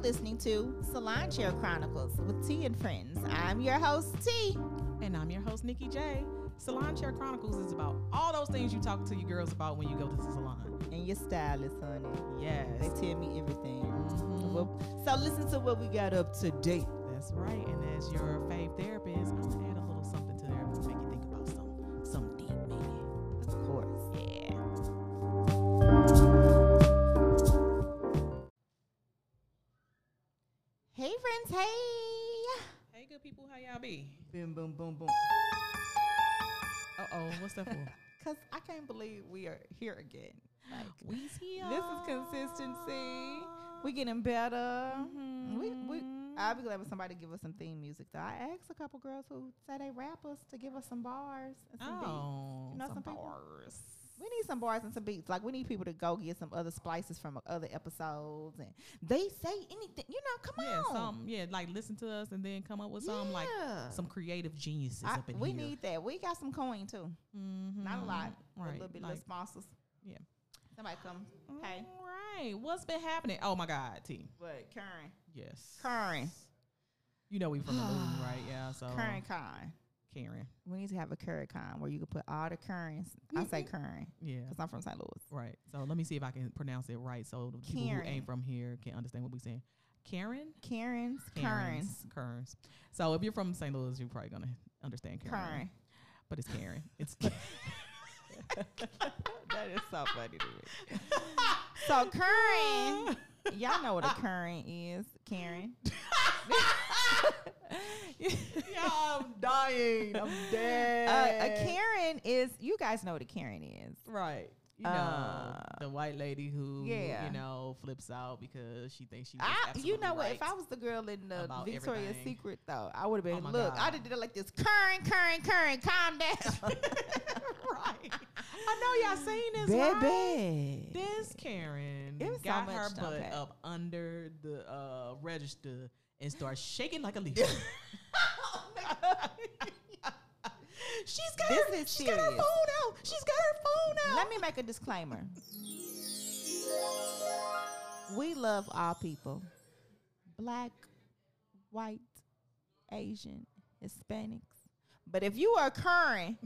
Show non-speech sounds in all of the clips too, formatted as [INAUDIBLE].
listening to Salon Chair Chronicles with T and Friends. I'm your host, T. And I'm your host, Nikki J. Salon Chair Chronicles is about all those things you talk to your girls about when you go to the salon. And your stylist, honey. They Yes. tell me everything. Mhm. Well, so listen to what we got up today. That's right. And as your fave therapist, I'm gonna add a little something to there to make you think about some some deep maybe. Of course. Yeah. Hey, friends. Hey. Hey good people, how y'all be? Boom, boom, boom, boom. Uh oh, [LAUGHS] what's that for? Cause I can't believe we are here again. Like We's here. this is consistency. We getting better. We, we, Mm-hmm. I'll be glad when somebody give us some theme music. Though I asked a couple girls who say they rappers to give us some bars and some beats. Oh, You know some, some people? bars. We need some bars and some beats. Like we need people to go get some other splices from other episodes, and they say anything. You know, come Yeah, on. some yeah, like listen to us and then come up with some like Yeah. some creative geniuses I- up in we here. Mm-hmm. need that. We got some coin too. Not a lot. Right. A little bit like- of sponsors. yeah. Mm. Somebody come. Hey, All right. What's been happening? Oh my God, T. but Karen, Yes. Karen, You know we [SIGHS] from the moon, right? Yeah. So Karen, Karen. Karen. We need to have a curry con where you can put all the currents. I say current Mm-hmm. Yeah. because I'm from St. Louis. Right. So let me see if I can pronounce it right, so the people who Karen. ain't from here can understand what we saying. Karen. Karen's, currents, Karens. Karens. So if you're from St. Louis, you're probably gonna understand Karen, current. but it's [LAUGHS] Karen. It's [LAUGHS] that is so funny to [LAUGHS] me. so current, y'all know what a current is, Karen. [LAUGHS] yeah, [LAUGHS] I'm dying. [LAUGHS] I'm Uh, dead. a Karen is you guys know what a Karen is. Right. You know, Uh, the white lady who, yeah. you know, flips out because she thinks she's I, you know what? right. If I was the girl in the about Victoria's everything. Secret, though, I would have Oh been my look. God. I did it like this. Current, current, current. Calm down, [LAUGHS] right. I know y'all seen this, right? baby. This Karen It was so got much her to butt unpack. up under the uh, register and started shaking like [LAUGHS] a leaf. she's got This her, is she's got her serious. phone out. She's got her phone out. Let me make a disclaimer. We love all people black, white, Asian, Hispanics. But if you are [LAUGHS] current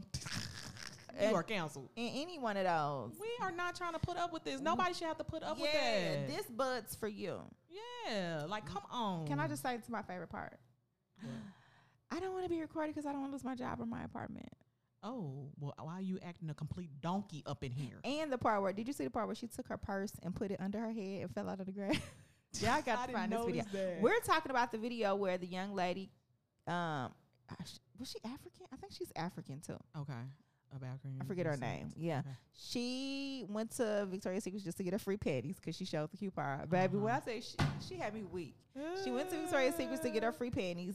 you Uh, are canceled. in any one of those, We are not trying to put up with this. Nobody should have to put up Mm-hmm. yeah, with that. this bud's for you. yeah, like come on. Can I just say it's my favorite part? I don't want to be recorded because I don't want to lose my job or my apartment. Oh, well, why are you acting a complete donkey up in here? And the part where did you see the part where she took her purse and put it under her head and fell out of the [LAUGHS] grass? Y'all I got to didn't find this video. notice that. We're talking about the video where the young lady, um, uh, sh- was she African? I think she's African too. Okay. About I forget her name. Yeah, Mm, Okay. she went to Victoria's Secret just to get her free panties because she showed the coupon. Baby, when Uh-huh. I say she, she had me weak. She went to Victoria's Secret to get her free panties.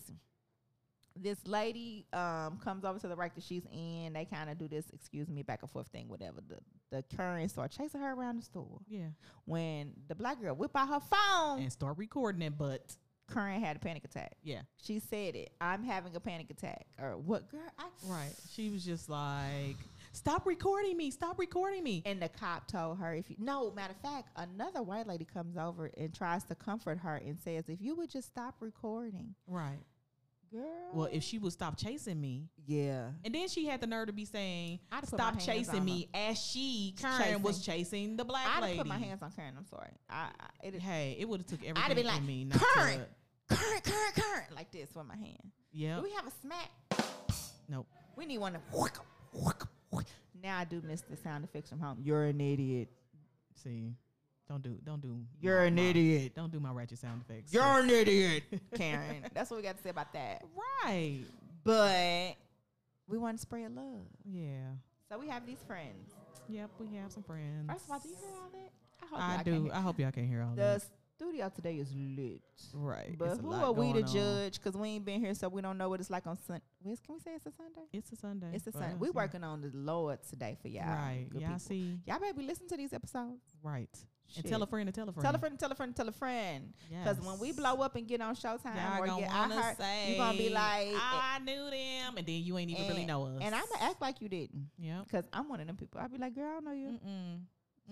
This lady um, comes over to the rack that she's in. They kind of do this, excuse me, back and forth thing, whatever. The, the current start chasing her around the store. Yeah. When the black girl whip out her phone, And start recording it, but Current had a panic attack. yeah. She said it. I'm having a panic attack. Or what, girl? I, Right. She was just like, stop recording me. Stop recording me. And the cop told her, if you, no, matter of fact, another white lady comes over and tries to comfort her and says, if you would just stop recording, right. girl. Well, if she would stop chasing me. yeah. And then she had the nerve to be saying, I'd put my stop hands chasing on me as she, Karen, was chasing the black I'd have lady. put my hands on Karen. I'm sorry. I, I it is Hey, it would have took everything I'd have been like in me. Not current, to, current, current, current, like this with my hand. yeah. Do we have a smack? nope. We need one. To whack, whack, whack. Now I do miss the sound effects from home. You're an idiot. See, don't do, don't do. You're my- an my- idiot. Don't do my ratchet sound effects. You're an idiot, [LAUGHS] Karen. That's what we got to say about that. right. But we want to spread love, Yeah. so we have these friends. Yep. We have some friends. First of all, do you hear all that? hope I y'all can do. hear- I hope y'all can hear all The this. studio today is lit. Right. But It's a who lot are we to going on. judge? Because we ain't been here, so we don't know what it's like on Sunday. Can we say it's a Sunday? It's a Sunday. It's the for sun. us, We yeah. working on the Lord today for y'all. Right. good Y'all people. see. Y'all better be listening to these episodes. Right. And tell a Shit. friend to tell a friend. Tell a friend, tell a friend, tell a friend. Because when we Yes. blow up and get on Showtime Y'all or gonna get I wanna heard, say, you gonna be like, I knew them, and then you ain't even really and- know us. and I'm gonna act like you didn't. Yep. Because I'm one of them people. I'll be like, girl, I don't know you. Mm-mm.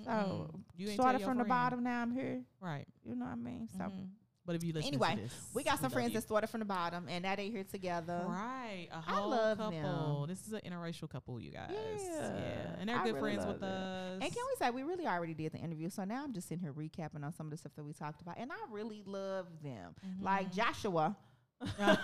So Mm-mm. You ain't tell started your from the friend. bottom. Now I'm here. Right. You know what I mean? So Mhm. But But if you listen Anyway, to this, We got some love friends you. that started from the bottom, and now they here together. right. A I whole love couple. This is an interracial couple, you guys. Yeah, and they're I good really friends love with it. us. And can we say we really already did the interview? So now I'm just sitting here recapping on some of the stuff that we talked about, and I really love them. Mm-hmm. Like Joshua, [LAUGHS] um,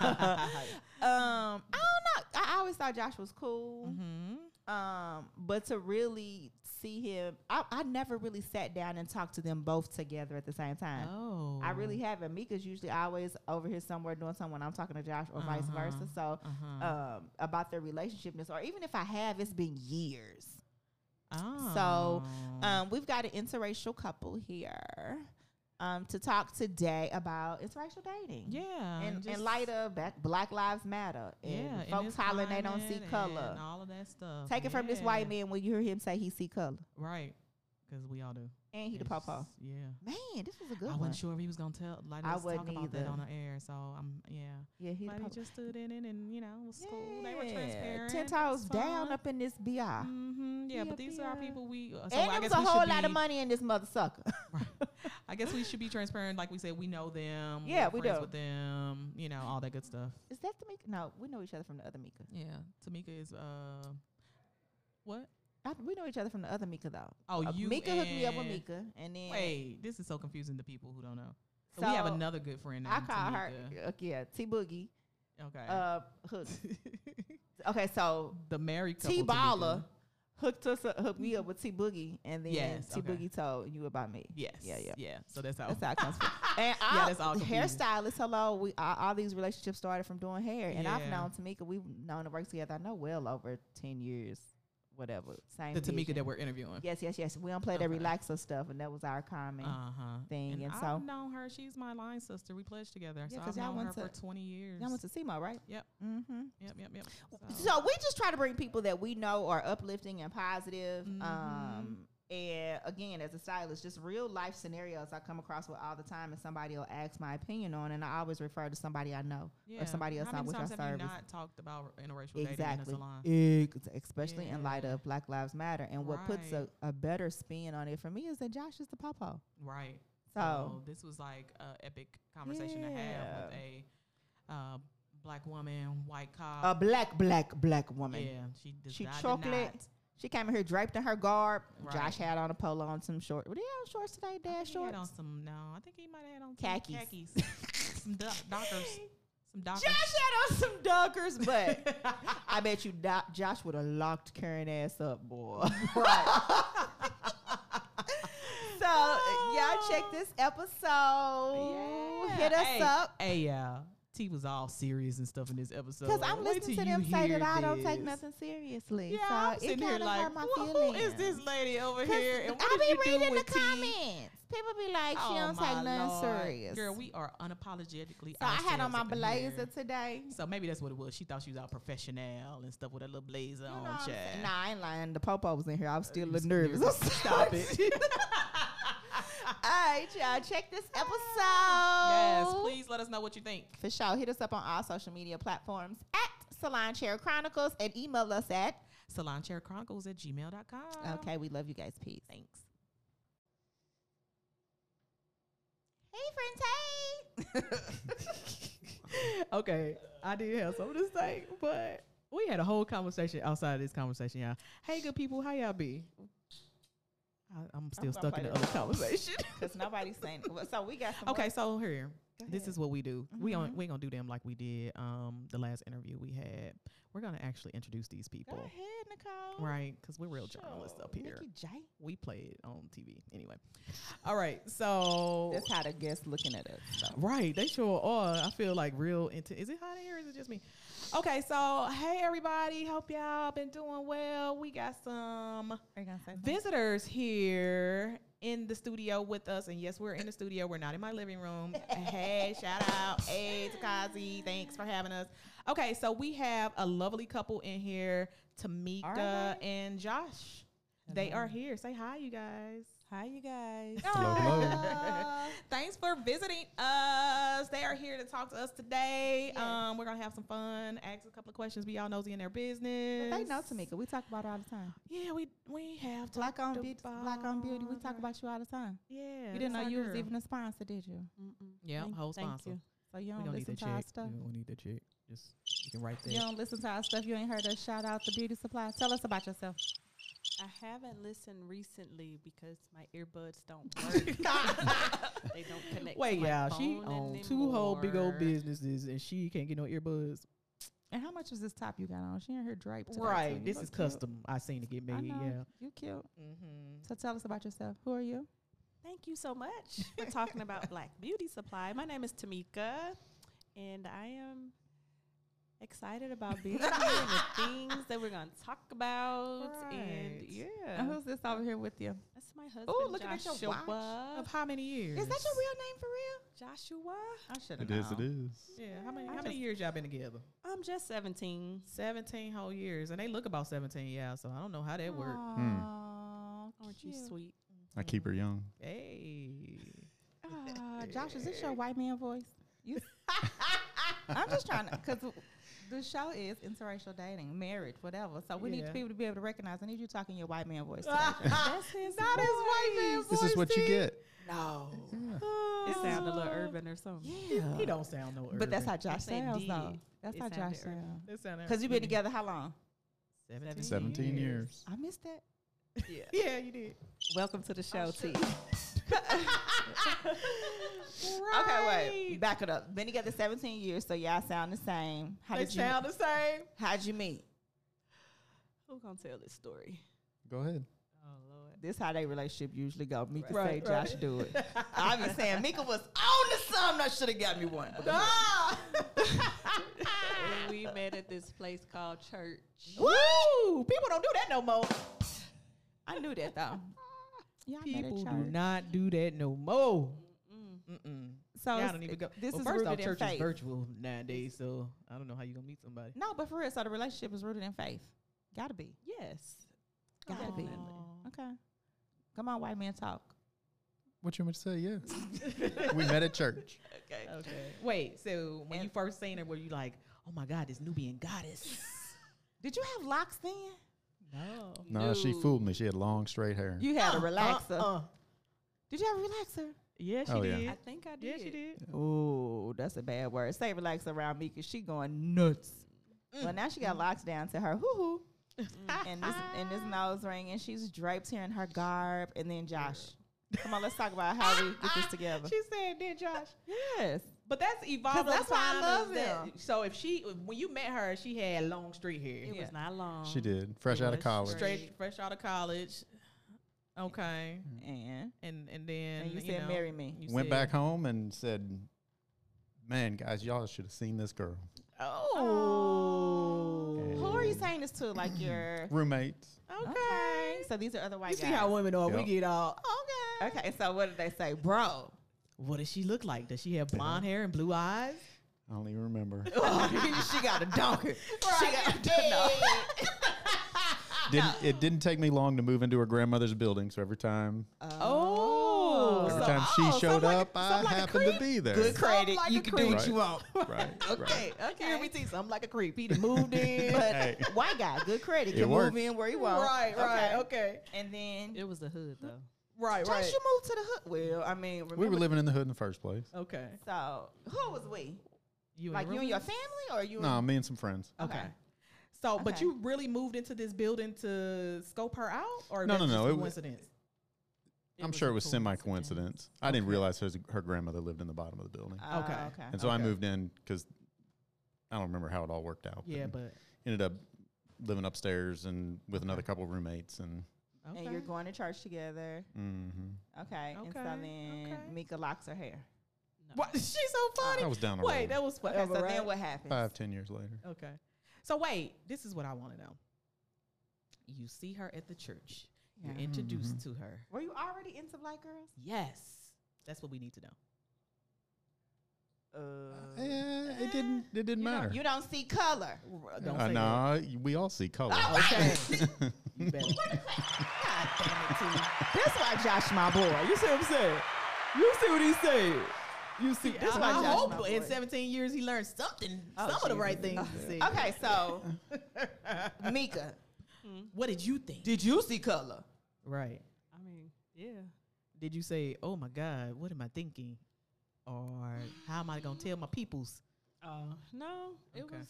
I don't know. I always thought Joshua was cool, [LAUGHS] hmm um, but to really see him, I, I never really sat down and talked to them both together at the same time. Oh, I really haven't. Mika's usually always over here somewhere doing something when I'm talking to Josh or vice Uh-huh. versa. So Uh-huh. um, about their relationship, or even if I have, it's been years. oh. uh, Um, we've got an interracial couple here um, to talk today about interracial dating. yeah, And, just- in light of back, Black Lives Matter and in folks this hollering they don't see climate color. and all of that stuff. Take it from this Yeah. white man when you hear him say he see color. right? Because we all do. And he the It's- pawpaw. Yeah. Man, this was a good I one. wasn't sure if he was gonna tell like I us talk wasn't about that either. on the air, so I'm yeah. Yeah, he the But he pawpaw. just stood in it and you know it was cool. They were Yeah, transparent. Ten it toes was down fun. up in this BI. Mm-hmm. Yeah, Yeah, but these are our yeah. people we. Uh, so and I there guess was a we should whole lot of be- money in this mother sucker. [LAUGHS] I guess we should be transparent. Like we said, we know them. Yeah, we're we friends do. with them. You know all that good stuff. Is that the Mika? No, we know each other from the other Mika. Yeah, Tamika is uh, what? I, we know each other from the other Mika though. Oh, Uh, you Mika hooked me up with and- Mika, and then Wait, this is so confusing to people who don't know. So we have So, another good friend. I Named call her Tamika. uh, yeah T Boogie. Okay. Uh, hooked. okay, so [LAUGHS] the married couple. T Baller Tamika. hooked us up, hooked me up with T Boogie, and then Yes, T okay. Boogie told you about me. Yes. Yeah, yeah. Yeah. So that's how. That's how it comes [LAUGHS] from. And Yeah, all- that's all confusing. hairstylists, hello, we all, all these relationships started from doing hair, and I've Yeah. known Tamika. We've known to work together. I know well over ten years, whatever. Same the Tamika vision. that we're interviewing. Yes, yes, yes. We don't play that Okay. relaxer stuff, and that was our common. Uh-huh. thing, and I've so- known her. She's my line sister. We pledged together. Yeah, so 'cause I've y'all known her went to- for 20 years. Y'all went to SEMO, right? Yep. Mm-hmm. Yep, yep, yep. So, So we just try to bring people that we know are uplifting and positive. Mhm. Um, and again, as a stylist, just real life scenarios I come across with all the time, and somebody will ask my opinion on, and I always refer to somebody I know yeah. or somebody else How I many wish I times have you service. not talked about interracial dating in a Exactly. salon? Ex- Especially in light Yeah. of Black Lives Matter, and what puts a, Right. a better spin on it for me is that Josh is the pawpaw. Right. Oh, So this was like a epic conversation to have with a uh, black woman, white cop. a black, black, black woman. yeah, she does She not chocolate. deny- She came in here draped in her garb. Right. Josh had on a polo on some shorts. Were they on shorts today? I Dad think he had shorts. on some. No, I think he might have had on some Khakis. khakis. [LAUGHS] some doc- doctors. Some Josh doctors. [LAUGHS] had on some dunkers, but [LAUGHS] I bet you Do- Josh would have locked Karen ass up, boy. right. [LAUGHS] so y'all check this episode. Hit us hey, up Hey, yeah. T was all serious and stuff in this episode. because I'm Wait listening till to them you say hear that I don't take this. nothing seriously. Yeah, so I'm it sitting here kinda hurt like, my who, who feelings. is this lady over 'Cause here? And what I did be you do reading the with T? comments. People be like, she Oh, don't take my nothing Lord. serious. Girl, we are unapologetically. so I had on ourselves my up in blazer here. today. So maybe that's what it was. She thought she was all professional and stuff with a little blazer You know on. what I'm child. saying? Nah, I ain't lying. The popo was in here. I was still a little You're nervous. nervous. Stop [LAUGHS] it. [LAUGHS] All right, y'all. Check this episode. Ah. yes, please let us know what you think. For sure. Hit us up on all social media platforms at Salon Chair Chronicles and email us at. SalonChairChronicles at gmail.com. Okay, we love you guys. Peace. Ah. Thanks. Hey, friends. [LAUGHS] okay, I did have something to say, but we had a whole conversation outside of this conversation, y'all. Hey, good people, how y'all be? I, I'm [LAUGHS] still gonna stuck play in the other this song. [LAUGHS] conversation. Because nobody's saying it. So we got some. okay, so here, Go this ahead. is what we do. We on, Mhm. we ain't gonna do them like we did um the last interview we had. We're gonna actually introduce these Go people, ahead, Nicole. right? Because we're real journalists up Sure. here. Nikki J. We play it on TV anyway. All right, so That's how the guests looking at us. So. Right, they sure are. I feel like real into. Is it hot in here? Or is it just me? Okay, so hey everybody, hope y'all been doing well. We got some Are you gonna say something? visitors here in the studio with us, and yes, we're in the studio. We're not in my living [LAUGHS] room. hey, shout out, hey Takazi, thanks for having us. Okay, so we have a lovely couple in here, Tamika Are they? and Josh. They Hello. are here. Say hi, you guys. Hi, you guys. Hello, hello. Aw. [LAUGHS] Thanks for visiting us. They are here to talk to us today. Um, we're gonna have some fun, ask a couple of questions, be all nosy in their business. They know Tamika. We talk about her all the time. Yeah, we we have Black on talked beauty, black on beauty. We talk her. about you all the time. Yeah, you didn't know that's our you was girl. even a sponsor, did you? Yeah, Thank- whole thank sponsor. you. So you We don't don't need listen that to our check. stuff. We don't need that check. Just you can write that. [LAUGHS] You don't listen to our stuff. You ain't heard us shout out the beauty supplies. Tell us about yourself. I haven't listened recently because my earbuds [LAUGHS] don't work. they don't connect. Wait, to my y'all, she phone own two whole big old anymore. businesses and she can't get no earbuds. And how much was this top you got on? She in her drape. Today too. Right. You This look is cute. custom. I seen it get I made. know. Yeah. You cute. Mm-hmm. So tell us about yourself. Who are you? Thank you so much for talking about Black Beauty Supply. My name is Tamika, and I am excited about being here and the [LAUGHS] things that we're going to talk about. Right. And Uh-huh. yeah, And who's this over here with you? that's my husband. Ooh, looking at your Joshua. watch. Of how many years? Is that your real name for real? Joshua. I should It have. is, it is. Yeah. How many? I How many just- years y'all been together? I'm just 17. Seventeen whole years, and they look about seventeen. Yeah. So I don't know how that worked. Hmm. Aren't you [LAUGHS] sweet? I keep her young. Hey. [LAUGHS] Ah, Josh, is this your white man voice? [LAUGHS] You I'm just trying [LAUGHS] to, because the show is interracial dating, marriage, whatever. So we Yeah. need people to be able to recognize. I need you talking your white man voice. Today. [LAUGHS] That's his Not [LAUGHS] his white man This is what you voice, get. no. It sounded a little Uh, urban or something. He don't sound no. But that's how Josh Yes, they sounds, did. though. That's It how Josh sounded urban. sounds. That sound Because you've been urban. together how long? seventeen, 17 years. I missed that. Oh, Yeah, you did. Welcome to the show, T. [LAUGHS] Okay, wait. Back it up. Been together 17 years, so y'all sound the same. How They did you? sound the same. How'd you meet? Who gonna tell this story? Go ahead. Oh [LAUGHS] Lord. This how they relationship usually go. Mika Right, say, right. Josh do [LAUGHS] it. I been saying Mika was on the something. I should have got me [LAUGHS] one. But come on. [LAUGHS] we met at this place called church. Woo! People don't do that no more. I knew that though. Yeah, People do not do that no more. Mm-mm. So Y'all it's- don't even go. This well, is first off, rooted in church is faith. virtual nowadays, so I don't know how you gonna meet somebody. No, but for real, so the relationship is rooted in faith. Gotta be. Yes. Gotta be. Okay. Come on, white man talk. What you want me to say? Yeah. we met at church. Okay. Okay. Wait. So when you first seen her, were you like, "Oh my God, this Nubian goddess"? Did you have locks then? no. No, she fooled me. She had long straight hair. You Uh-uh. had a Relaxer. relaxer. Uh-uh. Did you have a relaxer? Yeah, she Oh, yeah. did. I think I Yeah, did. she did. Oh, that's a bad word. Say relax around me because she going nuts. Mm. Well, now she got locks down to her hoo hoo, and this and this nose ring, and she's draped here in her garb. And then Josh, come on, let's talk about how we get this [LAUGHS] together. She said, "Did Josh?" yes, But that's evolved. over that's why I time, love is that- him. So if she, when you met her, she had long street hair, It was not long. She did. Fresh It out of was college. straight, fresh out of college. Okay, and and and then and you said know, marry me. you Went said- back home and said, Man, guys, y'all should have seen this girl. Oh, who are you And- saying this to? Like your Roommates. Okay. Oh, okay. So these are other white You guys. see how women are. Yep. We get all. Okay. okay, so what did they say, bro? What does she look like? Does she have blonde hair and [LAUGHS] blue eyes? [LAUGHS] I don't even remember. she got a donkey. She got [LAUGHS] a donkey. didn't, it didn't take me long to move into her grandmother's building. So every time, Oh, every so- time she oh, showed something like- up, I something like a happened to creep? be there. Good credit. like you a can do what creep. you want. Right. Okay, okay. Here we see something like a creep. [LAUGHS] He done moved in. But Hey. white guy, good credit. It Can move worked. in where he wants. right, right, okay, And then It was the hood though. right, Josh, right. you moved to the hood. Well, I mean, remember, We were living in the hood in the first place. Okay, So who was we? you Like you and Ruben? your family, or you? No, me and some friends. Okay. Okay. So, but Okay. you really moved into this building to scope her out, or No, that's no, just no, a it wa- coincidence. I'm was sure a it was semi coincidence. I didn't realize her, her grandmother lived in the bottom of the building. Oh, Okay. okay. and so I okay. moved in because I don't remember how it all worked out. yeah, but ended up living upstairs and with another couple roommates. And okay. And you're going to church together. mhm. Okay. And so Okay, then okay. Mika locks her hair. what? [LAUGHS] She's so funny. I was down the wait, road. that was Okay. forever, so right? then what happens? Five, ten years later. Okay. So wait, this is what I want to know. You see her at the church. You're Yeah. introduced Mm-hmm. to her. Were you already into black girls? [LAUGHS] Yes, that's what we need to know. Eh, it didn't. It didn't You matter. don't, you don't see color. Oh, Don't uh, say nah, y- we all see color. Okay. that. [LAUGHS] You better. [LAUGHS] God damn it, T. That's why Josh, my boy. you see what I'm saying? You see what he said? You see? this I, why I Josh my hope in boy. 17 years he learned something, Oh, some of the Jesus. Oh, right things to say. Okay, [LAUGHS] so Mika, Mm-hmm. What did you think? [LAUGHS] did you see color? Right. I mean, yeah. Did you say, "Oh my God, what am I thinking?" Or how am I gonna tell my peoples? Oh no, it Okay. was.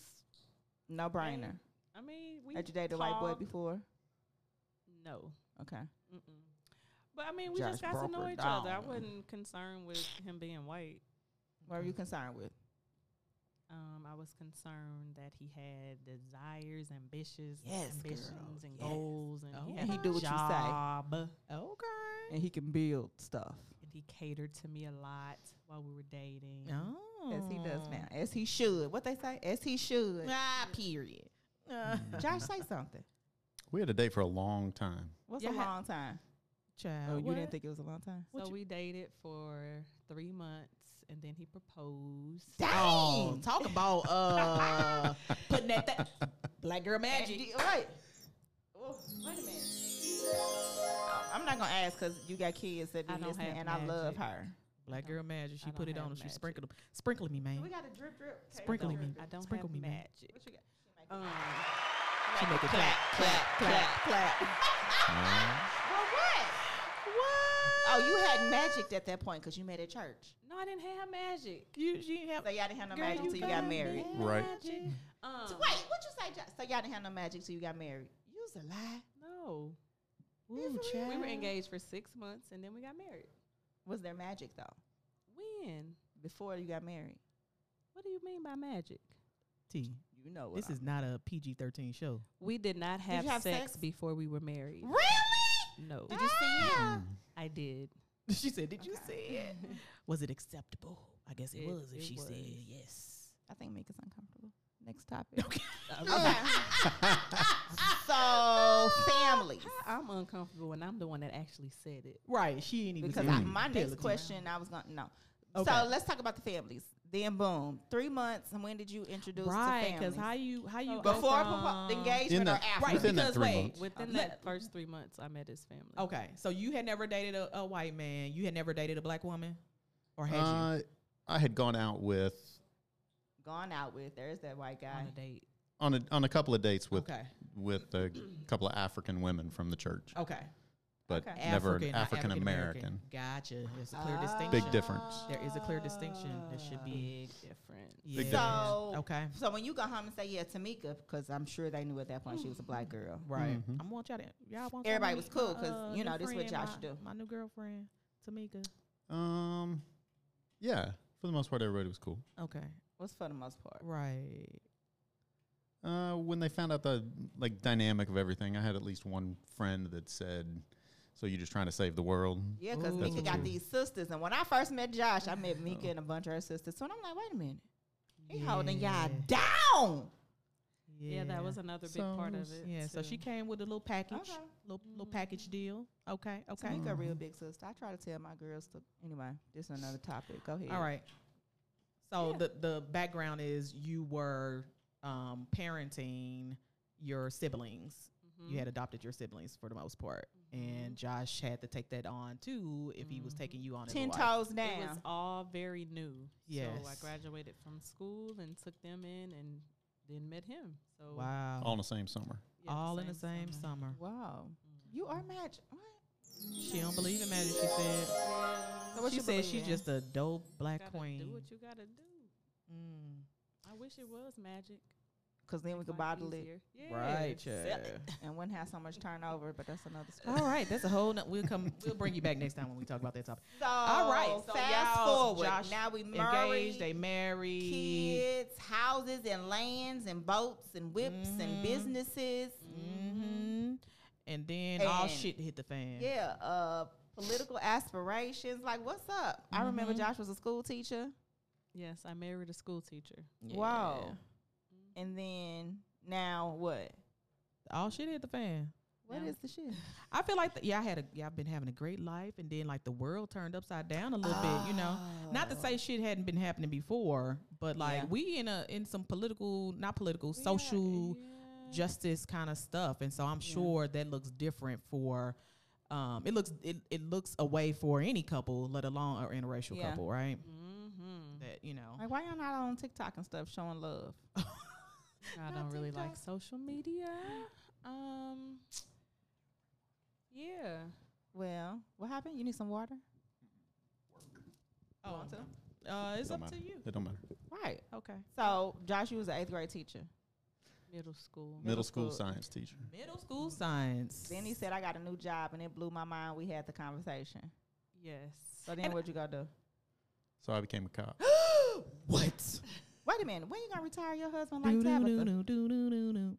No brainer. I mean, we Had you dated a white boy talked- before? No. Okay. Mm-mm. But I mean, we just Josh got to know Brumper each other. I down. wasn't concerned with him being white. What are you concerned with? Um, I was concerned that he had desires, ambitions, Yes, girl. ambitions, and Yes. goals, and Oh. he had And he a do what you say. job, and Okay. And he can build stuff. he catered to me a lot while we were dating. Oh. As he does now. As he should. What they say? As he should. Ah, period. Uh, Josh, say something. We had a date for a long time. What's Yeah, a ha- long time? Child, Oh, you what? didn't think it was a long time? So we dated for three months, and then he proposed. Dang! Mm. Oh, talk about uh putting that th- black girl [LAUGHS] Magic. magic. Right. Oh, wait a minute. I'm not gonna ask because you got kids that be I don't listening, have and I love magic. her. Black don't- girl magic. She I put don't it on have and she magic. sprinkled 'em. Sprinkle me, man. got a drip drip. Sprinkle I me. don't, I don't Sprinkle have me, man. magic. What you got? Um, She make it clap, clap, clap, clap. [LAUGHS] well, what? What? Oh, you had magic at that point because you met at church. no, I didn't have magic. You, she didn't have. So y'all didn't have no Girl, magic till you got gotta married. have Right. magic. Um, So wait, what you say? Josh? So y'all didn't have no magic till you got married. You's a lie. No. Ooh, We child. were engaged for six months and then we got married. Was there magic though When? before you got married? What do you mean by magic? T. You know what? This is not a PG thirteen show. [LAUGHS] We did not you have, have sex, sex? before we were married. really. Ah! No. Did you see it? Mm. I did. she said, "Did you Okay. see it? Was it acceptable? I guess it, It- was. If it she was. said yes, I think Mika's uncomfortable. Next topic. [LAUGHS] Okay. [LAUGHS] so families. I'm uncomfortable and I'm the one that actually said it. right? She ain't even. Because say I, it. my Tell it next to me. question, I was gonna no. Okay. So let's talk about the families. Then boom, three months. And when did you introduce Right, to because families? how you how you So go Before from, propo- the um, engagement In or the- after? right? Within that because three wait, months. Within Let- that first three months, I met his family. okay, so you had never dated a, a white man. You had never dated a black woman, or had you? Uh, I had gone out with Gone out with. There's that white guy. On a date. on a on a couple of dates with okay, with a couple of African women from the church, okay. but Okay. never an not African American. Gotcha. There's a Ah. clear distinction. Big difference. There is a clear distinction that should be. Big difference. Yeah. So- okay. So when you go home and say yeah, Tamika, because I'm sure they knew at that point she was a Hmm. black girl. Right. Mhm. I'm want y'all to. Y'all want y'all to Everybody was meet cool my, 'cause, uh, you new know, this what friend, y'all my- should do. My new girlfriend, Tamika. Um, yeah, for the most part, everybody was cool. Okay. What's for the most part. Right. Uh, when they found out the like dynamic of everything, I had at least one friend that said, "So you're just trying to save the world." Yeah, because Ooh. Mika got Ooh. these sisters, and when I first met Josh, I met Mika and a bunch of her sisters. So I'm like, wait a minute, he holding y'all down. Yeah, that was another big part of Sounds- it. Yeah. So she too. came with a little package, Okay. Mm-hmm. little little package deal. Okay. Okay. Mm-hmm. Tamika, a real big sister. I try to tell my girls to. Anyway, this is another topic. Go ahead. All right. So the the background is you were um, parenting your siblings. Mm-hmm. You Mm-hmm. had adopted your siblings for the most part, and Josh had to take that on too if he was taking you on. as a Mm-hmm. Ten wife. toes It was down. all very new. So I Yes. graduated from school and took them in and then met him. So Wow. All in the same summer. yeah, All in the same summer. summer. Wow, you are magic. What? She don't believe in magic. She said. So what she you said believe she in? just a dope black Gotta queen. Do what you gotta do. Mm. I wish it was magic. Because then we Make could life bottle it easier. Yeah. Right. sell yeah. it. [LAUGHS] and wouldn't have so much turnover. But that's another story. All right. That's a whole. Not, we'll come. We'll bring you back next time when we talk about that topic. So, All right, so fast y'all, forward. Josh now we Engaged. married, They married. kids, houses, and lands, and boats, and whips, Mhm. and businesses. hmm And then all And- shit hit the fan. Yeah, uh, political aspirations. Like, what's up? I remember Mhm. Josh was a school teacher. Yes, I married a school teacher. Wow. Yeah. Mm-hmm. And then now what? All shit hit the fan. What Yeah. is the shit? I feel like th- yeah, I had a yeah, I've been having a great life, and then like the world turned upside down a little bit, you know. Not to Oh. say shit hadn't been happening before, but like Yeah. we in a in some political, not political, Yeah, social yeah. justice kind of stuff, and so I'm sure that looks different for. Um, it looks it, it looks a way for any couple, let alone an interracial Yeah. couple, right? Mhm. That you know, Like, why y'all not on TikTok and stuff showing [LAUGHS] love? I don't really like social media. Um, yeah. Well, what happened? You need some water? oh, uh, it's Don't up to matter. you. It don't matter. Right. Okay. So, Josh, you was an eighth grade teacher. Middle school. Middle school school. science teacher. Middle school science. Then he said, I got a new job, and it blew my mind. We had the conversation. Yes. So then what you gonna do? So I became a cop. [GASPS] "What? Wait a minute. When you gonna retire your husband like Do do do Tabitha? do do do do do.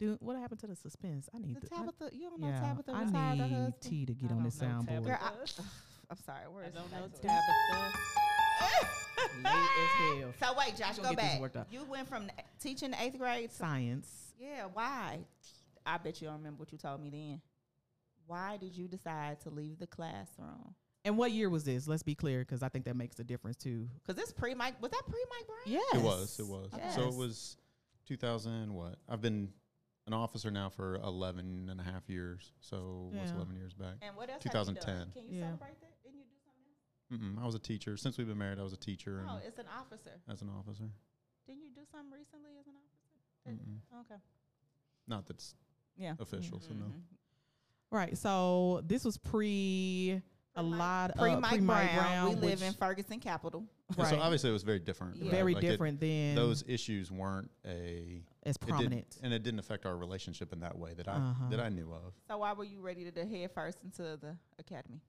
Do what happened to the suspense? I need. The to, Tabitha, you I, don't know yeah, Tabitha I retired her need husband. T to get I on don't this know soundboard. Girl, Tabitha. I, [SIGHS] I'm sorry. Where I is don't it? know Back to it. Tabitha. Late as hell. So wait, Josh, go She gonna get this back. worked out. You went from the- teaching the eighth grade. To, Science. yeah. Why? I bet you don't remember what you told me then. Why did you decide to leave the classroom? And what year was this? Let's be clear, because I think that makes a difference too. Because this pre Mike was that pre Mike Brown? Yes, It was. It was. So Yes. it was 2000 what? I've been an officer now for 11 and a half years. So what's Yeah. 11 years back? And what else? 2010. Have you done? Can you Yeah. celebrate that? Didn't you do something? Mm-mm. I was a teacher. Since we've been married, I was a teacher else? and No, it's an officer. as an officer. Didn't you do something recently as an officer? Mm-mm. Okay. Not that's Yeah. Mm-hmm. official, so no. right. So this was pre a lot of Pre Mike Brown, we Uh, which live in Ferguson Capital. And So Right. obviously it was very different. Yeah. right? very Like it- different than those issues weren't a as it didn't- prominent. and it didn't affect our relationship in that way that I Uh-huh. that I knew of. So why were you ready to head first into the academy?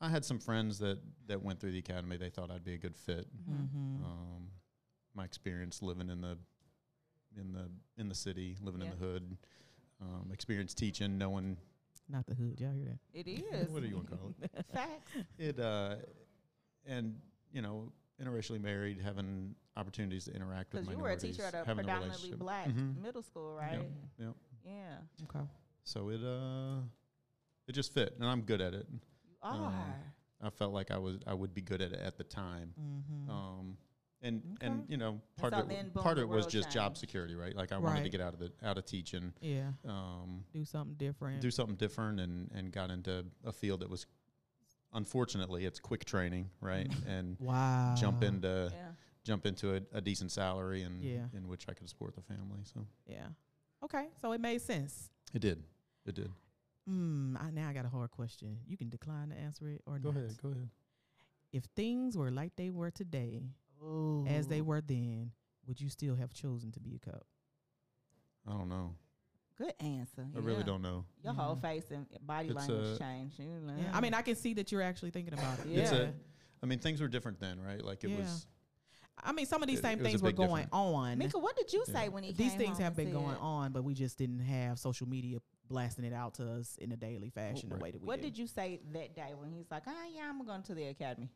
I had some friends that that went through the academy. They thought I'd be a good fit. Mhm. Um, my experience living in the in the in the city, living Yeah. in the hood, um, experience teaching, knowing Not the hood. Y'all hear that? It is what do you want to call it? facts. It uh, and you know, interracially married, having opportunities to interact with Because you were a minorities, teacher at a having predominantly relationship. black Mhm. middle school, right? yep. Yeah. Okay. So it uh, it just fit, and I'm good at it. You Um, are. I felt like I was I would be good at it at the time. Mm-hmm. Um, and Okay. and you know part so of it, then, w- boom, part the of it was world just job changed. security, right? Like I wanted to Right. get out of the out of teaching, yeah. um, Do something different. do something different, and and got into a field that was unfortunately it's quick training, right? [LAUGHS] and wow. jump into yeah. jump into a, a decent salary and Yeah. in which I could support the family. So Yeah. Okay. So it made sense. it did, it did. Mm, I, now I got a hard question. You can decline to answer it or Go not. ahead, go ahead. If things were like they were today, as Oh. they were then, would you still have chosen to be a cop? I don't know. Good answer. I really yeah. don't know. Your whole face and body It's, language uh, changed. You know. I mean, I can see that you're actually thinking about it. It's Ah. a- I mean, things were different then, right? Like it Yeah. was I mean, some of these It- same it was a things were big going difference. on. Mika, what did you Yeah. say when he these came things home have and been going said- on, but we just didn't have social media blasting it out to us in a daily fashion the right. way that we What do. did you say that day when he's like, "Ah, yeah, I'm going to the academy"?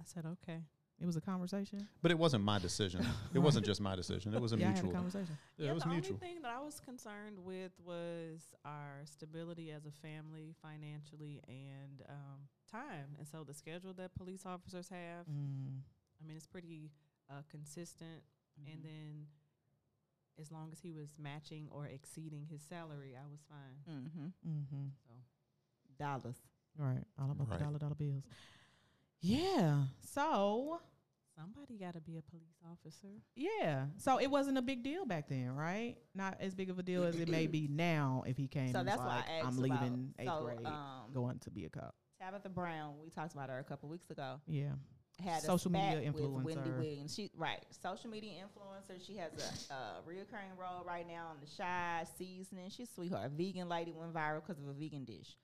I said okay. It was a conversation. But it wasn't [LAUGHS] my decision. It wasn't just my decision. It was a yeah, I had a mutual. conversation. Yeah, it was the mutual. only thing that I was concerned with was our stability as a family, financially, and um, time. And so the schedule that police officers have, Mm-hmm. Mm, I mean, it's pretty uh, consistent. Mm-hmm. Mm-hmm. And then, as long as he was matching or exceeding his salary, I was fine. Mm-hmm. mm-hmm. Dollars. Right, all about Right. the dollar dollar bills. Yeah. So Somebody got to be a police officer. yeah, so it wasn't a big deal back then, right? Not as big of a deal as it may [CLEARS THROAT] be now. If he came, So and that's was why like, I asked I'm leaving eighth about, so, grade, Um, going to be a cop. Tabitha Brown, we talked about her a couple weeks ago. Yeah. had a Social media spat with Wendy influencer. Williams. She right, social media influencer. She has a, a reoccurring role right now on the shy seasoning. She's a sweetheart. A vegan lady went viral because of a vegan dish.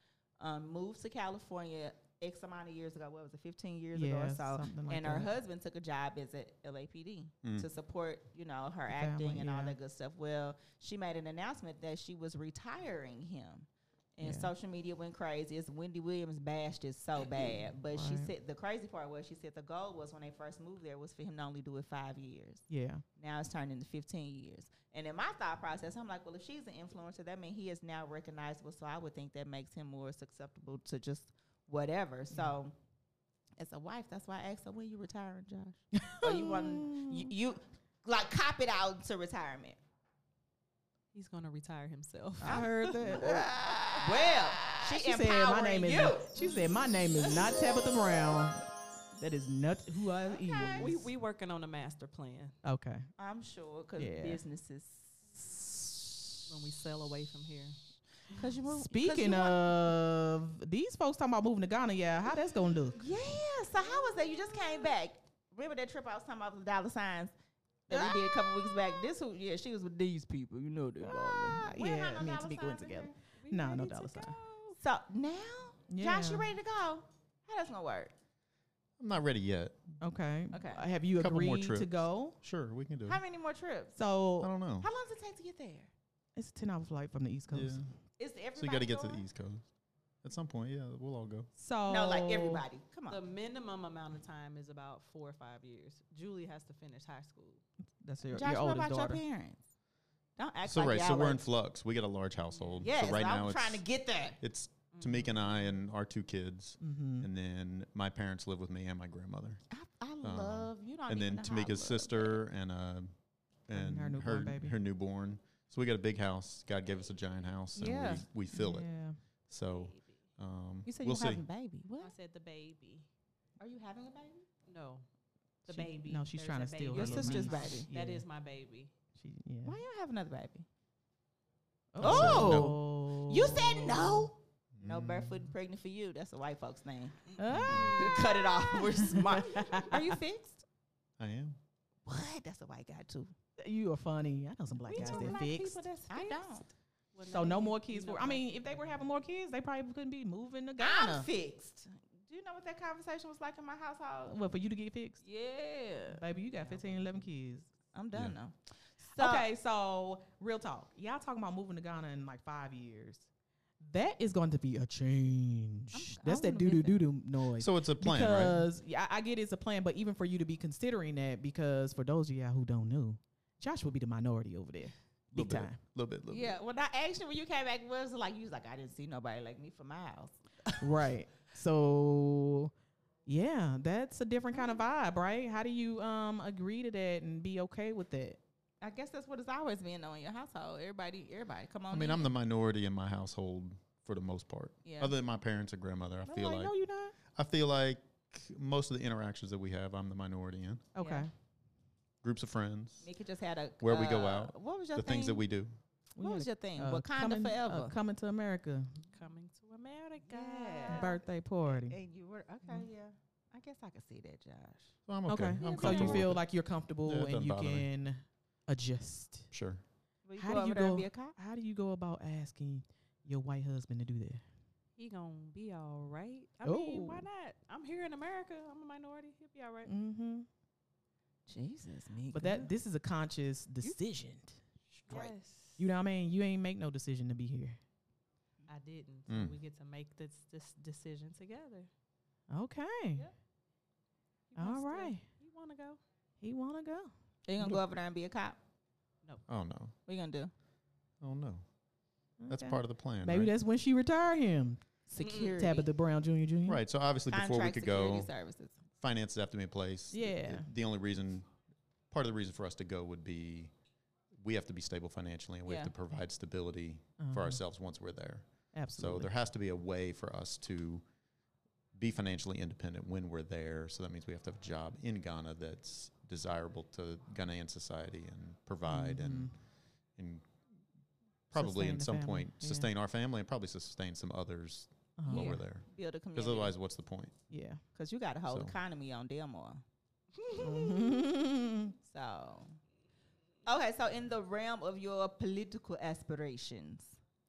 Um, moved to California X amount of years ago. What was it? Fifteen years ago or Yeah, so. something like and her that. husband took a job as a LAPD Mm. to support, you know, her The acting family, and all yeah. that good stuff. Well, she made an announcement that she was retiring him. and Yeah. social media went crazy. It's Wendy Williams bashed it so bad, but she Right. said the crazy part was she said the goal was when they first moved there was for him to only do it five years. Yeah. Now it's turned into 15 years. And in my thought process, I'm like, well, if she's an influencer, that means he is now recognizable. So I would think that makes him more susceptible to just whatever. So as a wife, that's why I asked her, when you retiring, Josh? or you want you, you like cop it out to retirement? He's gonna retire himself. [LAUGHS] I heard [LAUGHS] that. Well, she, she said empowering my name you. is She said my name is not Tabitha Brown. That is not who I am. We we working on a master plan okay. I'm sure because Yeah. businesses. when we sail away from here. Cause you move, 'cause Speaking you want- of these folks talking about moving to Ghana, yeah, how that's gonna look? yeah. So how was that? You just came back. Remember that trip I was talking about with the dollar signs that we did a couple weeks back. This who? Yeah, she was with these people. You know that. Ah, we ain't yeah, had no me and dollar Tamika went signs in together. here. We No, no ready to dollar sign. Oh, go. So now, Josh, Yeah. you ready to go? How that's gonna work? I'm not ready yet. Okay. Okay. Uh, have you Couple more agreed to trips. go? Sure, we can do it. How many more trips? I So don't know. How long does it take to get there? it's a ten hour flight from the East Coast. Yeah. Is everybody? So you got to get to the going? East Coast at some point. Yeah, we'll all go. So No, like everybody. Come on. The minimum amount of time is about four or five years. Julie has to finish high school. That's your, Josh, your what oldest about daughter. your parents? Don't act so like right, y'all so we're are- in flux. We got a large household. Yes, so right I'm now trying it's to get Mm. that. it's Tamika and I and our two kids, mm-hmm. and then my parents live with me and my grandmother, I, I love you. Don't Um, even and then know how I Tamika's love sister and uh and her her newborn her, baby. newborn. So we got a big house. God gave us a giant house, and Yeah. we, we fill it. Yeah. So Baby. um, You said we'll you're see. having a baby. What? I said the baby. Are you having a baby? No, the She- baby. no, she's There's trying a to steal baby. her Your little sister's niece. baby. That Yeah. is my baby. She, yeah. Why you don't have another baby? Oh, You said no. No Mm. barefoot and pregnant for you. That's a white folks [LAUGHS] thing. Ah. Cut it off. We're smart. Are you fixed? I am. What? That's a white guy too. [LAUGHS] You are funny. I know some black We guys know that black fixed. people that's I fixed. don't. Well, So you- no more you kids. know For, I black mean, if they were having more kids, they probably couldn't be moving to I'm Ghana. fixed. Do you know what that conversation was like in my household? Well, for you to get fixed, Yeah, baby, you got 15, 11 kids. I'm Yeah. done now. So, okay, so real talk. Y'all talking about moving to Ghana in like five years. That is going to be a change. I'm- I That's that wouldn't doo miss doo it. doo doo noise. So it's a plan, right? because yeah, I I get it's a plan, but even for you to be considering that, because for those of y'all who don't know, Josh will be the minority over there, big bit, time. [LAUGHS] little bit, little yeah. When I asked you when you came back, was like you was like I didn't see nobody like me for miles. right. So yeah, that's a different kind of vibe, right? How do you um agree to that and be okay with that? I guess that's what it's always been though in your household. Everybody, everybody, come on. I in. mean, I'm the minority in my household for the most part. Yeah. Other than my parents and grandmother, I I'm feel like, like no, you're not. I feel like most of the interactions that we have, I'm the minority in. Okay. Yeah. Groups of friends, Nikki just had a Where we go uh, out, What was the your thing? things that we do. We what had was a- your thing? uh, Wakanda coming, uh, forever. coming to America coming to America. Yeah. birthday party. and you were okay. Yeah, I guess I could see that, Josh. So I'm Okay. okay. I'm so you comfortable feel with it. like you're comfortable Yeah, it doesn't and you bother me. can adjust. sure. Will How do you there and go- be a cop? How do you go about asking your white husband to do that? He gonna be all right. I mean, Oh. why not? I'm here in America. I'm a minority. He'll be all right. Mm-hmm. Jesus, me. But that this is a conscious decision. Right. Yes. You know what I mean? You ain't make no decision to be here. I didn't. Mm. So we get to make this this decision together. Okay. Yep. He All wants to- right. He wanna go? He wanna go. you gonna go over there and be a cop? Oh no. What you gonna do? Oh no. That's Okay. part of the plan. Maybe right? that's when she retire him. Security. Tabitha Brown Jr. Jr. right. So obviously, before we Contract could security go, services. finances have to be in place. The- Yeah. The, the only reason, part of the reason for us to go would be, we have to be stable financially, and we have Yeah. to provide stability Uh-huh. for ourselves once we're there. Absolutely. So there has to be a way for us to be financially independent when we're there. So that means we have to have a job in Ghana that's desirable to Ghanaian society and provide and and probably Mm-hmm. Sustain in the some family, point yeah. sustain our family and probably sustain some others Mhm. while Yeah. we're there. Build a Because community. otherwise, what's the point? Yeah. because you got a whole So. economy on Delmore. Mm-hmm. Mhm. [LAUGHS] So, okay, so in the realm of your political aspirations,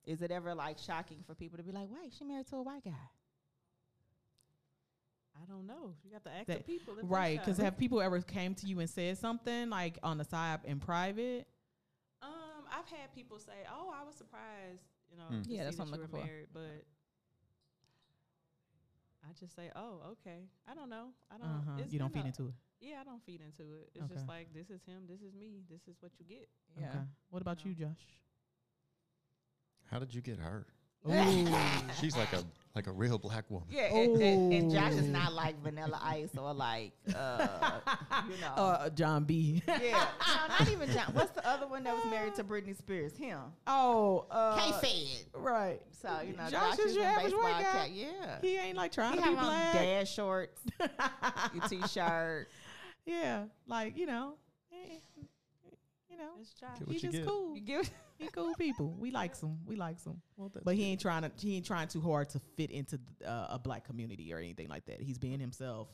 is it ever like shocking for people to be like, "Wait, she married to a white guy"? I don't know. You got to ask the That- people. if they Right. Because shy. have people ever came to you and said something like on the side in private? um, I've had people say, "Oh, I was surprised you know. Mm. to Yeah, see that's that what I'm you were looking for. Married, but I just say, oh, okay. I don't know. I don't. Uh-huh. it's You don't been feed a- into it. Yeah, I don't feed into it. It's Okay. just like this is him. This is me. This is what you get. Yeah. Okay. What about you, Josh? How did you get her? Ooh. She's like a like a real black woman. Yeah, and, and, and Josh is Ooh. not like Vanilla Ice or like, [LAUGHS] uh, you know. uh, John B. [LAUGHS] yeah, no, not even John. What's the other one that was married to Britney Spears? Him, oh, uh, K-Fed. right. So you know, Josh is your in average baseball white guy. cap. Yeah, He ain't like trying he to be have on black. dad [LAUGHS] shorts, your t-shirt. yeah, like you know, eh, you know, It's Josh. [LAUGHS] Get what he's you just get. cool. You give He cool people. We likes him. We likes him. Well, that's But he ain't trying to. He ain't trying too hard to fit into th- uh, a black community or anything like that. He's being himself.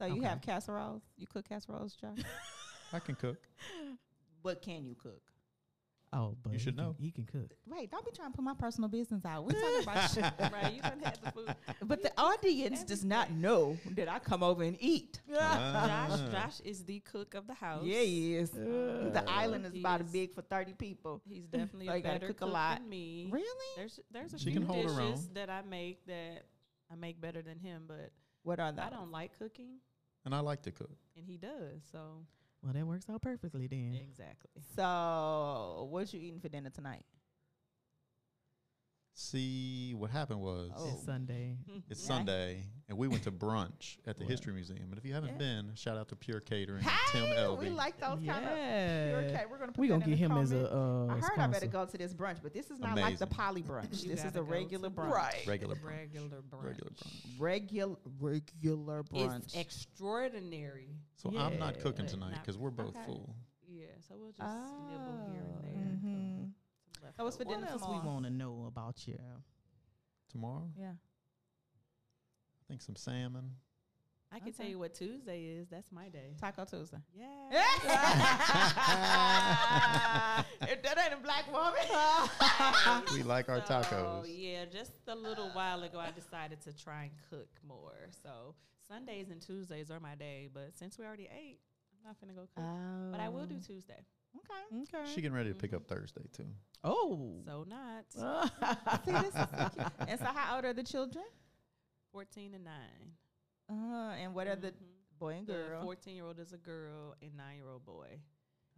So you Okay. have casseroles? You cook casseroles, Josh? I can cook. what can you cook? Oh, but should he can- know. he can [LAUGHS] cook. Wait, don't be trying to put my personal business out. We're [LAUGHS] talking about shit. right, you can have the food. But the audience does not know that I come over and eat. Josh, Ah. Josh is the cook of the house. Yeah, he is. the Uh, island is about Yes. big for 30 people. he's definitely [LAUGHS] So a you gotta better cook cook, a lot. than me. Really? There's there's a She few can hold dishes her own. that I make that I make better than him, but What are they? I don't like cooking, And I like to cook. and he does. So Well, that works out perfectly then. exactly. So, what you eating for dinner tonight? See, what happened was Oh. It's Sunday. it's [LAUGHS] Yeah. Sunday, and we went to brunch at the Wow. History Museum. And if you haven't Yeah. been, shout out to Pure Catering, Tim Hey, Elby. we like those kind of. You're yeah. okay. We're gonna put We that gonna in get the him as comment. a. Uh, I heard I sponsor. better go to this brunch, but this is not like the Amazing. [LAUGHS] poly brunch. You this is gotta a go to regular the brunch. regular brunch. Regular brunch. Regular brunch. Regular, regular brunch. It's extraordinary. So I'm not cooking Yeah. tonight Not- because we're both okay. full. Yeah, so we'll just nibble here Oh. and there. Mhm. Some That was for dinner leftovers. What else tomorrow. we want to know about you? Tomorrow, yeah. I think some salmon. I can tell Okay. you what Tuesday is. That's my day. Taco Tuesday. [LAUGHS] Yeah. [LAUGHS] if that ain't a black woman. We like our So, tacos. yeah, just a little while ago, I decided to try and cook more. So Sundays and Tuesdays are my day, but since we already ate, I'm not gonna go cook. Oh. but I will do Tuesday. Okay. Okay. She getting ready to pick up Thursday too. oh. So not See, [LAUGHS] this is so cute. And so, how old are the children? fourteen and nine. Uh, and what are the Mhm. boy and The girl? fourteen year old is a girl and nine year old boy.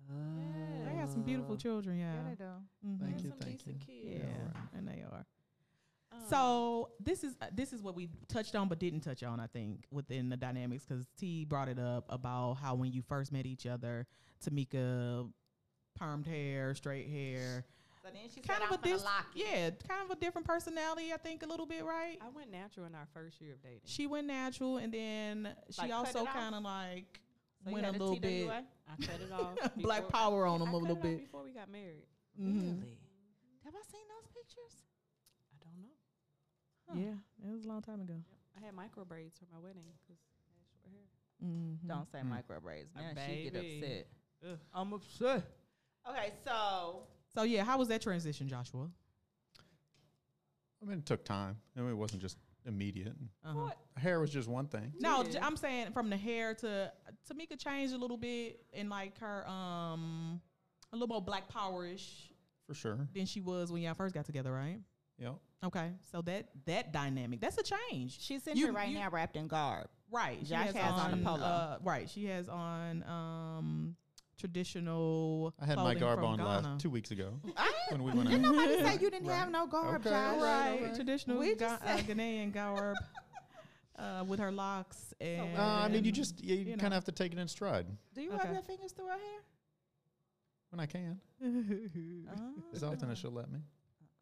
They got some beautiful children, yeah. Yeah, they do. Mhm. Thank They're you, some thank decent Yeah, kids. and they are. Um, So this is uh, this is what we touched on, but didn't touch on. I think within the dynamics, because T brought it up about how when you first met each other, Tamika permed hair, straight hair, So then she kind of a dis- lock it. yeah, kind of a different personality. I think a little bit, right? I went natural in our first year of dating. She went natural, and then she Like, cut also it off? kind of like So you went a had little bit TWA? I cut it off. black before- power on I them a cut little it off bit. before we got married. Mhm. Really? Have I seen those pictures? I don't know. Huh. Yeah, it was a long time ago. I had micro braids for my wedding because I had short hair. Mhm. Don't say Mm. micro braids. Uh, Now she get baby. upset. Ugh. I'm upset. Okay, so So yeah, how was that transition, Joshua? I mean, it took time. I mean, it wasn't just immediate. Uh-huh. What? Hair was just one thing. No, Yeah. j- I'm saying from the hair to Tamika changed a little bit in like her um a little more black powerish For sure. than she was when y'all first got together, right? Yep. Okay, so that that dynamic that's a change, she's in You- here right you- now wrapped in garb. right? She Josh has on a polo. uh, right? She has on um traditional. I had my clothing garb from on Ghana. last two [LAUGHS] weeks ago [LAUGHS] when we went Didn't [LAUGHS] out. nobody say you didn't have no garb, Okay. Josh. right? Traditional We Ga- just uh, said- Ghanaian garb [LAUGHS] uh, with her locks and. Uh, I mean, you just you, you kind know. of have to take it in stride Do you Okay. rub your fingers through her hair? when I can, Mm. as often as she'll [LAUGHS] let me.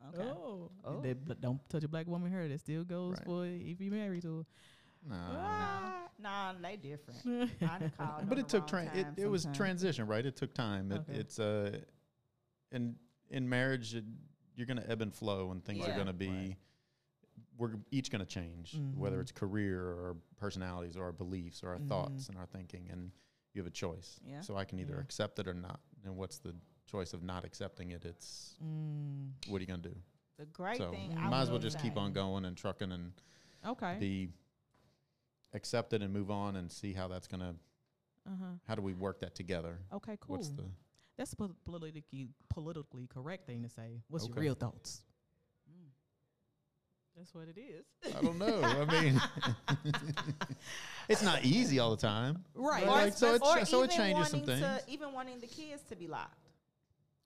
Uh-huh. okay. Oh. Oh. That- but don't touch a black woman hair. That still goes Right. for if you married to her. No. Ah. Nah, they [LAUGHS] different. I done called on but the it took wrong tran- it, time it was sometimes. transition right it took time it, Okay. it's uh and in marriage it, you're going to ebb and flow and things Yeah. are going to be we're each going to change whether Mhm. it's career or our personalities or our beliefs or our thoughts and our thinking and you have a choice Yeah. so i can either Mm-hmm. Yeah. accept it or not and what's the choice of not accepting it it's [LAUGHS] Mm. what are you going to do The great so thing. I might as well will just keep say- on going and trucking and Okay. be accepted and move on and see how that's going to uh-huh. how do we work that together Okay, cool. what's the That's a politically politically correct thing to say. What's your Okay. real thoughts? That's what it is. I don't know. [LAUGHS] I mean, it's not easy all the time. Right. Or Like, so it- or so it even changes some wanting To, things. even wanting the kids to be locked.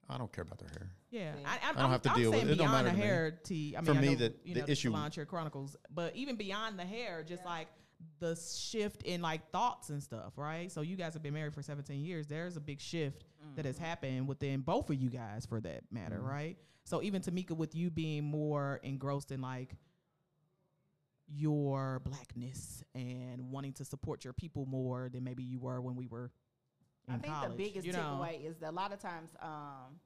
I don't care about their hair. Yeah, Yeah. I, I, don't am have to I'm deal with saying it. It don't beyond matter the to me. hair, T. I mean, For I me, know, the- you the know, issue- Salon Chair Chronicles, but even beyond the hair, just like the shift in like thoughts and stuff, right? So you guys have been married for 17 years. There's a big shift Mm. that has happened within both of you guys, for that matter, right? So even Tamika, with you being more engrossed in like your blackness and wanting to support your people more than maybe you were when we were. In I think college, the biggest you know? takeaway is that a lot of times um,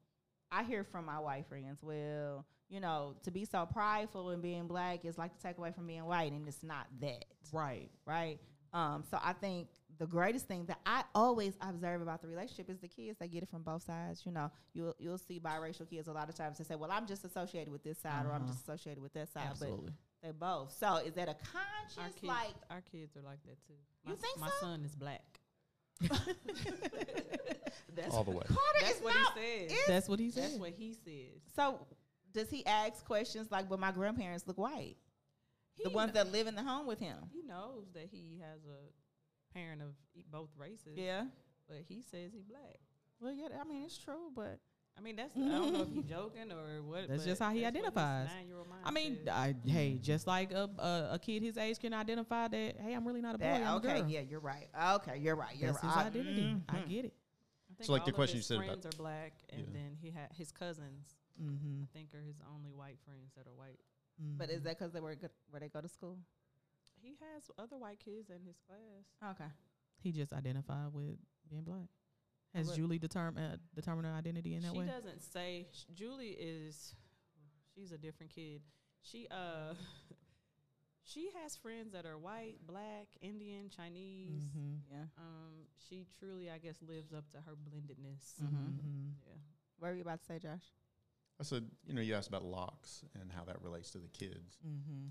I hear from my white friends, well, you know, to be so prideful and being black is like to take away from being white, and it's not that, right? right? Um, so I think the greatest thing that I always observe about the relationship is the kids. They get it from both sides. You know, you'll you'll see biracial kids a lot of times. They say, "Well, I'm just associated with this side, or I'm Uh-huh. just associated with that side." Absolutely. But they both. So is that a Our conscious kids, like? our kids are like that too. You s- think my so? son is black. [LAUGHS] That's All the way. [LAUGHS] Carter [LAUGHS] That's is what not- he says. it's- That's what he said. That's what he says. So does he ask questions like, "But my grandparents look white"? the He ones kn- that live in the home with him. he knows that he has a parent of e- both races. Yeah. but he says he black. Well, yeah. I mean, it's true, but I mean, that's I don't know if he's joking or what. That's but just how he that's what his identifies. nine-year-old mind I mean, says. I, hey, just like a, a a kid his age can identify that, hey, I'm really not a boy. that, I'm a okay, girl. yeah, you're right. Okay, you're right. You're That's his right. Mm-hmm. I- identity. I get it. I think like the all of question his you said about- friends are black, and Yeah. then he had his cousins. Mm-hmm. I think are his only white friends that are white. But is that because they were good, where they go to school? He has other white kids in his class. Okay. he just identified with being black? Has What- Julie determined uh, determined her identity in that she way? doesn't say. sh- Julie is, she's a different kid. She uh, [LAUGHS] she has friends that are white, black, Indian, Chinese. Mhm. Yeah. Um, she truly, I guess, lives up to her blendedness. Mhm. Yeah. What were you about to say, Josh? I said, you know, you asked about locks and how that relates to the kids. Mhm.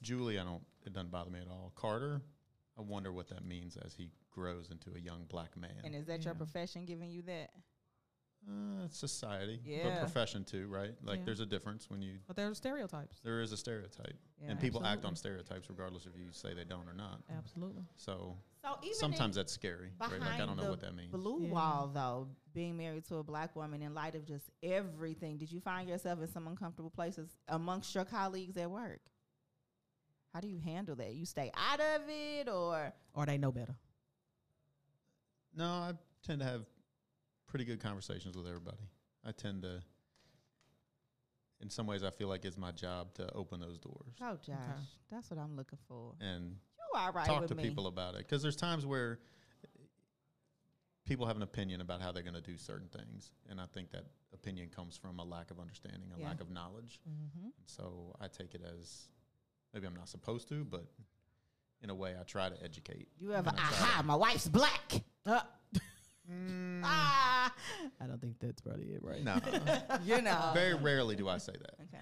Julie, I don't, it doesn't bother me at all. Carter, I wonder what that means as he grows into a young black man. And is that your Yeah. profession giving you that? uh, it's society, but Yeah. profession too, right? Like, Yeah. there's a difference when you, But there are stereotypes. there is a stereotype. Yeah. and people act on absolutely. stereotypes regardless if you say they don't or not. Absolutely. So So even sometimes that's scary, right? Like, I behind don't know the what that means. blue Yeah. wall though, being married to a black woman in light of just everything, did you find yourself in some uncomfortable places amongst your colleagues at work? How do you handle that? You stay out of it, or Or they know better. No, I tend to have pretty good conversations with everybody. I tend to, in some ways, I feel like it's my job to open those doors oh, Josh, that's what I'm looking for. and You all right talk with to me? people about it. Because there's times where people have an opinion about how they're going to do certain things, and I think that opinion comes from a lack of understanding, a Yeah. lack of knowledge. Mm-hmm. So I take it as maybe I'm not supposed to, but in a way, I try to educate. You have a And I try aha, my wife's black. Ah, I don't think that's probably it, right? No, you [LAUGHS] know. very rarely do I say that. okay.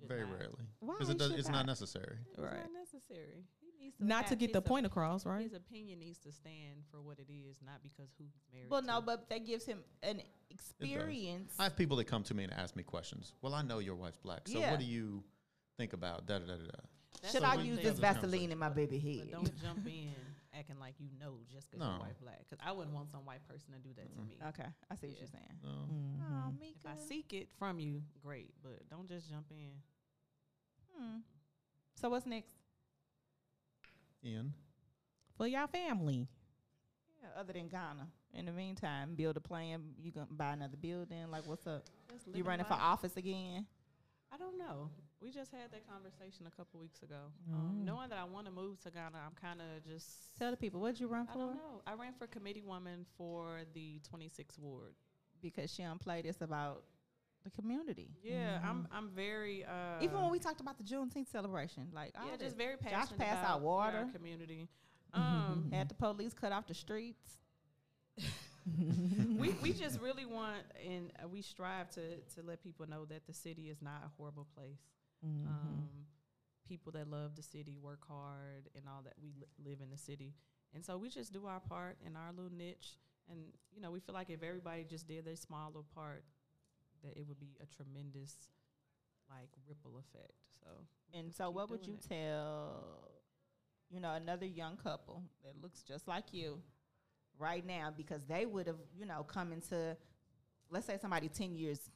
Should Very not. rarely. Why Because it does, should it's I? not necessary. It's Right. not necessary. He needs to Not to have get the his point opi- across, right? His opinion needs to stand for what it is, not because who he's married. Well, to. no, but that gives him an experience. I have people that come to me and ask me questions. Well, I know your wife's black, so Yeah. what do you think about da da da da? da? That's Should So I when use they this have the Vaseline in my baby But head? don't jump in acting like you know just 'cause No. you're white black. 'Cause I wouldn't want some white person to do that to me. [LAUGHS] Okay, I see what Yeah. you're saying. No. Oh, Mhm. Mika. If I seek it from you, great. But don't just jump in. Hmm. So what's next? Ian? For y'all family. Yeah, other than Ghana. In the meantime, build a plan. You gonna buy another building? Like, what's up? Just You living running for life. office again? I don't know. We just had that conversation a couple weeks ago. Mm. Um, knowing that I want to move to Ghana, I'm kind of just. Tell the people what'd you run I for? don't know. I ran for committee woman for the 26th ward. Because she don't play this about the community. Yeah, I'm. I'm very. Uh, Mm-hmm. Even when we talked about the Juneteenth celebration, like yeah, all that. just very Josh passionate passed about out water. [LAUGHS] our community. Um, had the police cut off the streets. [LAUGHS] we, we just really want and uh, we strive to, to let people know that the city is not a horrible place. Mm-hmm. Mm-hmm. Um, people that love the city work hard and all that. We li- live in the city. And so we just do our part in our little niche. And, you know, we feel like if everybody just did their small little part, that it would be a tremendous like ripple effect. So And so, what would you tell, you know, another young couple that looks just like you right now because they would have, you know, come into, let's say somebody 10 years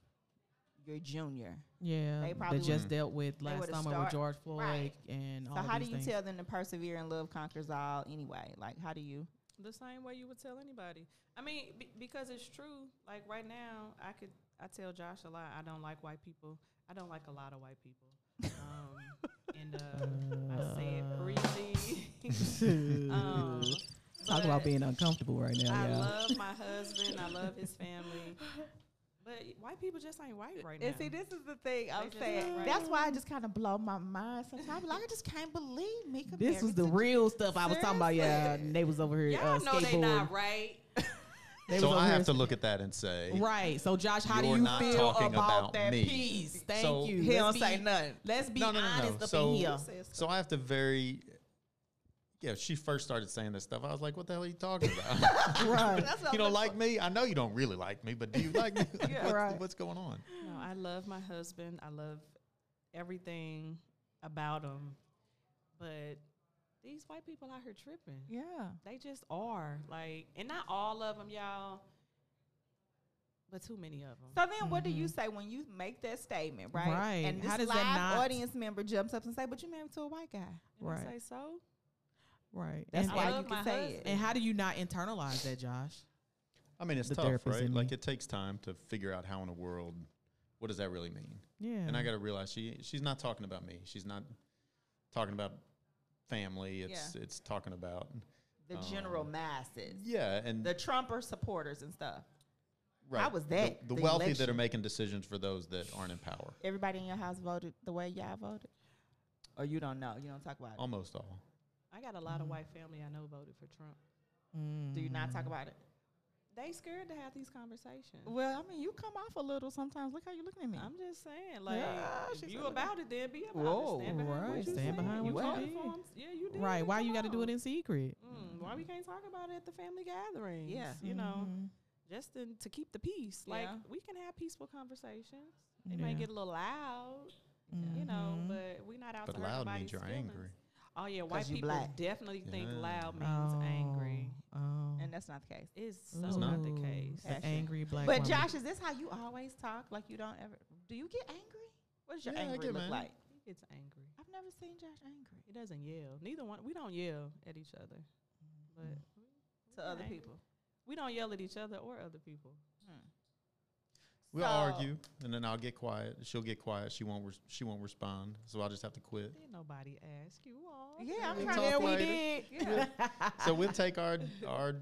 your junior. Yeah, They they probably that just would've- dealt with last would've summer start- with George Floyd Right. and all so, of how do these you things. tell them to persevere and love conquers all anyway? Like, how do you? the same way you would tell anybody. I mean, be, because it's true. Like right now, I could I tell Josh a lot. I don't like white people. I don't like a lot of white people. [LAUGHS] Um, and uh, I say it [LAUGHS] freely. um, Talk about but- being uncomfortable right now, I y'all. [LAUGHS] love my husband. I love his family. But white people just ain't white right now. And see, this is the thing I'm just saying. not right. That's why I just kind of blow my mind sometimes. I'm like, I just can't believe me. this was the real stuff I was talking about. Yeah, Seriously. and they was over here Y'all uh, know they not skateboarding. right. They so was over I here have to look at that and say, Right. So Josh, how do You're you not feel about, talking about that me. piece? Thank So- you. He Let's don't be- say nothing. Let's be No, no, no, no. honest up So- in here. So I have to very. Yeah, she first started saying this stuff. I was like, "What the hell are you talking about? [LAUGHS] Right. [LAUGHS] you don't like me? I know you don't really like me, but do you [LAUGHS] like me? Like, what's, right. what's going on?" No, I love my husband. I love everything about him. But these white people out here tripping. Yeah. They just are. Like, and not all of them, y'all, but too many of them. So then, what do you say when you make that statement, right? Right. And this How does that live not- audience member jumps up and say, "But you married to a white guy." And I Right. say so. Right. That's I I why. like love you my can say husband. it. and how do you not internalize that, Josh? I mean, it's The tough, therapist right? in Like me. it takes time to figure out how in the world, what does that really mean? Yeah. And I got to realize she she's not talking about me. She's not talking about family. It's it's talking about The Um, general masses, yeah, and the Trumper supporters and stuff. right, was the- that, the, the wealthy that are election. making decisions for those that aren't in power. Everybody in your house voted the way y'all voted, or Oh, you don't know. You don't talk about it. Almost all. I got a lot Mm-hmm. of white family I know voted for Trump. do you not talk about it? They scared to have these conversations. Well, I mean, you come off a little sometimes. Look how you looking at me. I'm just saying, like, Yeah, if she you said about it, then be about Whoa, it. Stand behind what right. you Stand said. behind You what you voted for did. 'em. Yeah, you did. Right. Why you got to do it Come in secret? on. Mm, why we can't talk about it at the family gatherings? Yeah. you Mm-hmm. know, just in, to keep the peace. Like Yeah. we can have peaceful conversations. It may Yeah. get a little loud, you know, Mm-hmm. Mhm. but we're not out But to hurt loud nobody's means you're feelings. angry. Oh yeah, white you people black. definitely think Yeah. loud means angry. Oh. oh. and that's not the case. It's Ooh. so not the case. The angry black but woman. Josh, is this how you always talk? Like you don't ever? Do you get angry? What does your Yeah, I anger get look mad. like? He gets angry. I've never seen Josh angry He doesn't yell. Neither one. We don't yell at each other, Mm-hmm. but to other angry. people. we don't yell at each other or other people. We'll So- argue, and then I'll get quiet. She'll get quiet. She won't. Res- she won't respond. So I'll just have to quit. Did nobody ask you all? Yeah, I'm We trying to. talk Yeah, we later. did. Yeah. We'll- [LAUGHS] so we'll take our our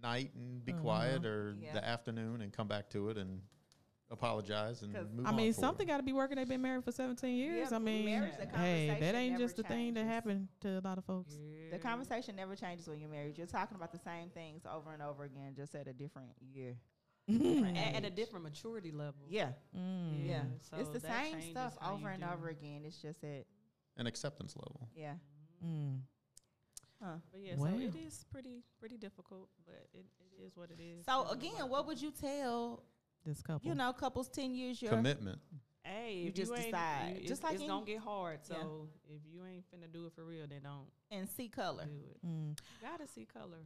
night and be Uh-huh. quiet, or Yeah. the afternoon, and come back to it and apologize and 'Cause- move I on. mean, forward. something got to be working. They've been married for 17 years. Yeah, I mean, marriage, the hey, that conversation ain't never just a thing that changes. happened to a lot of folks. The conversation never changes when you're married. You're talking about the same things over and over again, just at a different [LAUGHS] year. A- different at, a age. different maturity level. Yeah, Mm. yeah. so it's the that same changes stuff how over you and do. over again. It's just that, an acceptance level. yeah. Mm. Huh. But yeah, Wow. so it is pretty pretty difficult, but it, it is what it is. So Don't again, nobody- what would you tell This couple. you know couples ten years your Commitment. Hey, you if just ain't- decide. you- Just it's, like it's any- gonna get hard. Yeah. So if you ain't finna do it for real, then don't and see color? do it. Mm. You gotta see color.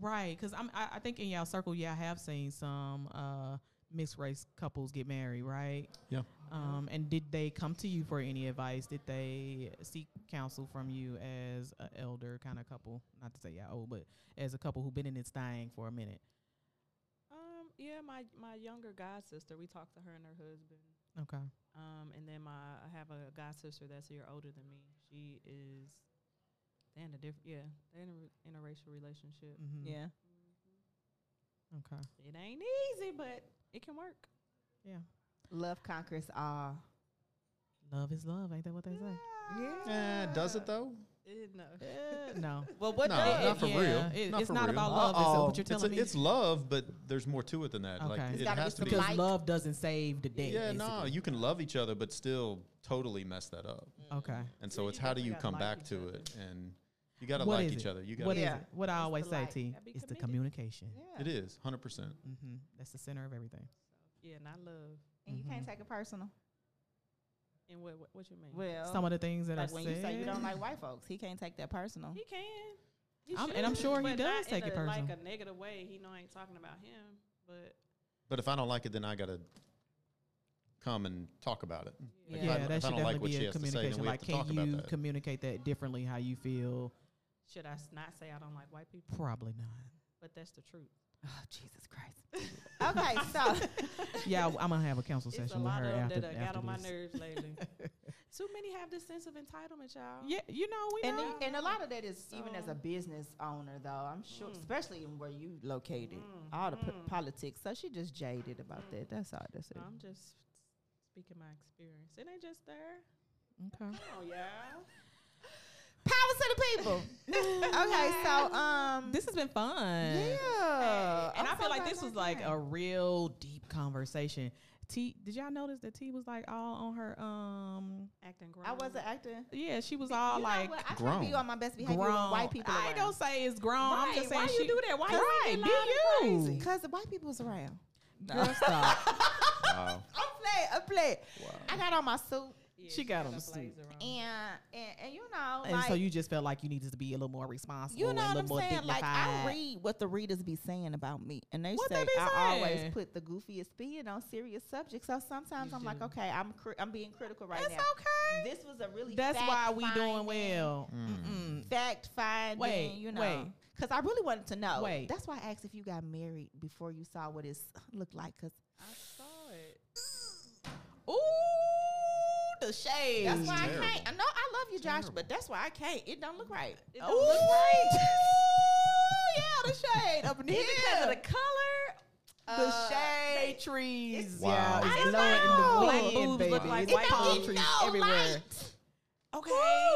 Right, because I'm I, I think in y'all circle, yeah, I have seen some uh mixed race couples get married, right? Yeah. Um, and did they come to you for any advice? Did they seek counsel from you as a elder kind of couple? Not to say y'all old, but as a couple who've been in this thing for a minute. Um, yeah, my my younger god sister, we talked to her and her husband. Okay. Um, and then my I have a god sister that's a year older than me. She is they in a different yeah, they in a re- interracial relationship. Mm-hmm. Yeah. Okay. It ain't easy, but it can work. Yeah. Love conquers all. Love is love, ain't that what they say? Eh, does it though? Eh, no. [LAUGHS] Uh, no. Well, what no, does- not for yeah, real. it- not it's for not real. Oh, about love. That's Uh-oh. what you're It's, telling a- me. it's love, but there's more to it than that. Okay. Like It's it gotta be has to some be. because like- love doesn't save the day. Yeah, no, basically. you can love each other, but still totally mess that up. Mm-hmm. Okay. And so you it's how do definitely you gotta come like back each to other. it, and you got to What like is each it? other. You got What is Yeah. it? What I the always say, light. T, Gotta be it's the committed. communication. it is 100. percent Mm-hmm. That's the center of everything. Yeah, and I love. Mm-hmm. And you can't Mhm. take it personal. And what, what what you mean? Oh. Well, Some of the things that like I when said. you say you don't like white folks, he can't take that personal. He can. He I'm- and I'm should, sure he but does not take in it a, Like personal. a negative way. He know I ain't talking about him, but But if I don't like it, then I gotta come and talk about it. Like, if yeah, I- that if I should don't definitely like what be she a has to say, then communication. we have Like, to can talk about you that. communicate that differently? How you feel? should I s- not say I don't like white people? Probably not. But that's the [LAUGHS] truth. [LAUGHS] Oh Jesus Christ. [LAUGHS] okay, [LAUGHS] so yeah, I'm gonna have a council It's a session with lot her of them after, that uh, got after on my this. nerves [LAUGHS] lately. Too many have this sense of entitlement, y'all. Yeah, you know we and know. then- and a lot of that is even as So- a Mm. business owner though. I'm sure, Mm. especially in where you located, Mm, all the p- mm. politics. So she just jaded about Mm. that. That's all. That's it. Um. I'm just speaking my experience. It ain't just there. [LAUGHS] okay. Oh yeah. Power to the [LAUGHS] people. okay, so um, This has been fun. yeah, and I'm I feel so like glad this I was like came. a real deep conversation. T, did y'all notice that T was like all on her um? Acting grown. I wasn't acting. Yeah, she was all You know like what? I grown. can't be on my best behavior grown. when white people. I ain't gonna say it's grown. I'm just Right, saying why she you do that? Why you right, acting do loud and you? because the white people's around. [LAUGHS] Girl, stop. Wow. I'm playing. I'm playing. Wow. I got on my suit Yeah, She got on a the suit. blazer on. and and, and you know and like so you just felt like you needed to be a little more responsible. you know and what a I'm little more saying. Like I dignified. read what the readers be saying about me, and they What they say be I saying? always put the goofiest spin on serious subjects. So sometimes You I'm do. like, okay, I'm cri- I'm being critical right It's now. okay. This was a really Mm-hmm. That's why we fact-finding- doing well. Mm. Mm-mm. fact finding. Wait, you know. wait. Cause I really wanted to know. Wait. That's why I asked if you got married before you saw what it looked like. Cause I saw it. Ooh, the shade. that's why terrible. I can't. I know I love you, Josh, but that's why I can't. It don't look right. It Ooh, don't look right. yeah, the shade up in here. Because of the color, The Uh, shade trees. Wow. Yeah, I it's don't blowing know. in the wind, Boobs look baby. like It's white palm boobs. trees No everywhere. light. Okay,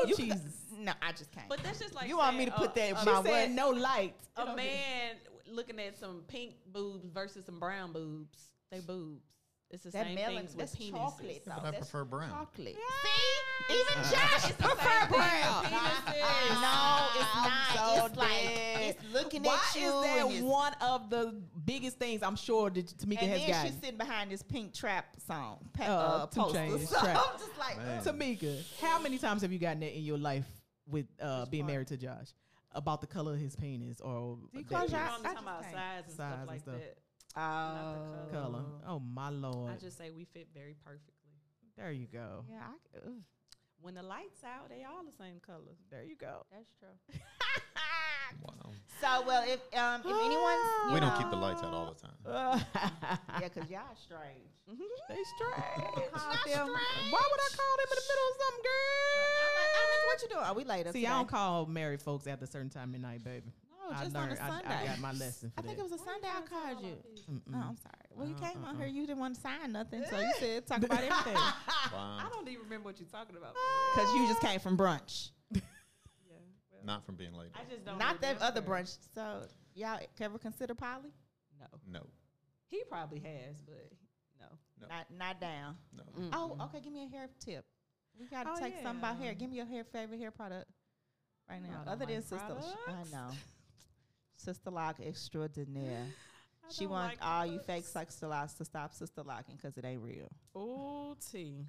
You Jesus. No, I just can't. but that's just like you want me to saying put a- that in a- She my uh, said what? no light. a man w- looking at some pink boobs versus some brown boobs. They boobs. It's the that same melon, things with that's penises. chocolate. But though. I That's prefer brown. chocolate. See, even Josh the same prefer thing with brown. penises. no, it's not. I'm so it's like dead. it's looking Why at is you. and that it's- one of the biggest things I'm sure that Tamika And has then gotten? she's sitting behind this pink trap song, pa- Uh, uh, Two poster. Chainz so trap. [LAUGHS] I'm just like, Man. Tamika, how many times have you gotten that in your life with uh, being part? married to Josh about the color of his penis or Do you that close penis your I'm eyes? only I talking just about can't. sides and Size stuff and like stuff. that. oh, color. color? Oh my lord! I just say we fit very perfectly. there you go. yeah, I, ugh. When the lights out, they all the same color. There you go. [LAUGHS] That's true. Wow. [LAUGHS] So well, if um, if anyone's, Ah. you We know, don't keep the lights out all the [LAUGHS] time. yeah, cause y'all strange. they strange. Call them- Why would I call them in the middle of something, I'm girl? like, I'm like, what you doing? Are we later? See, today? I don't call married folks after a certain time at night, baby. No, I just on learned. a I, Sunday. I got my lesson for I think that. it was a Sunday I called you. Mm-mm. Oh, I'm sorry. Well, you Uh, came on uh-uh. here, you didn't want to sign nothing, so [LAUGHS] you said talk about everything I Wow. don't even remember what you're talking about. for real. because Ah. you just came from brunch, Yeah, well, Not from being late. I just don't. not that other remember. brunch. So y'all ever consider poly? No, No. he probably has, but no. No. Not not down. No. Mm. Oh, okay. Give me a hair tip. We gotta Oh, take something about hair. yeah. Give me your hair favorite hair product right No, I now. don't Other than like sister, Sh- I products. know. Sister Lock extraordinaire. I She don't want like all you products. fake sister locks to stop sister locking because it ain't real. Ooh, tea.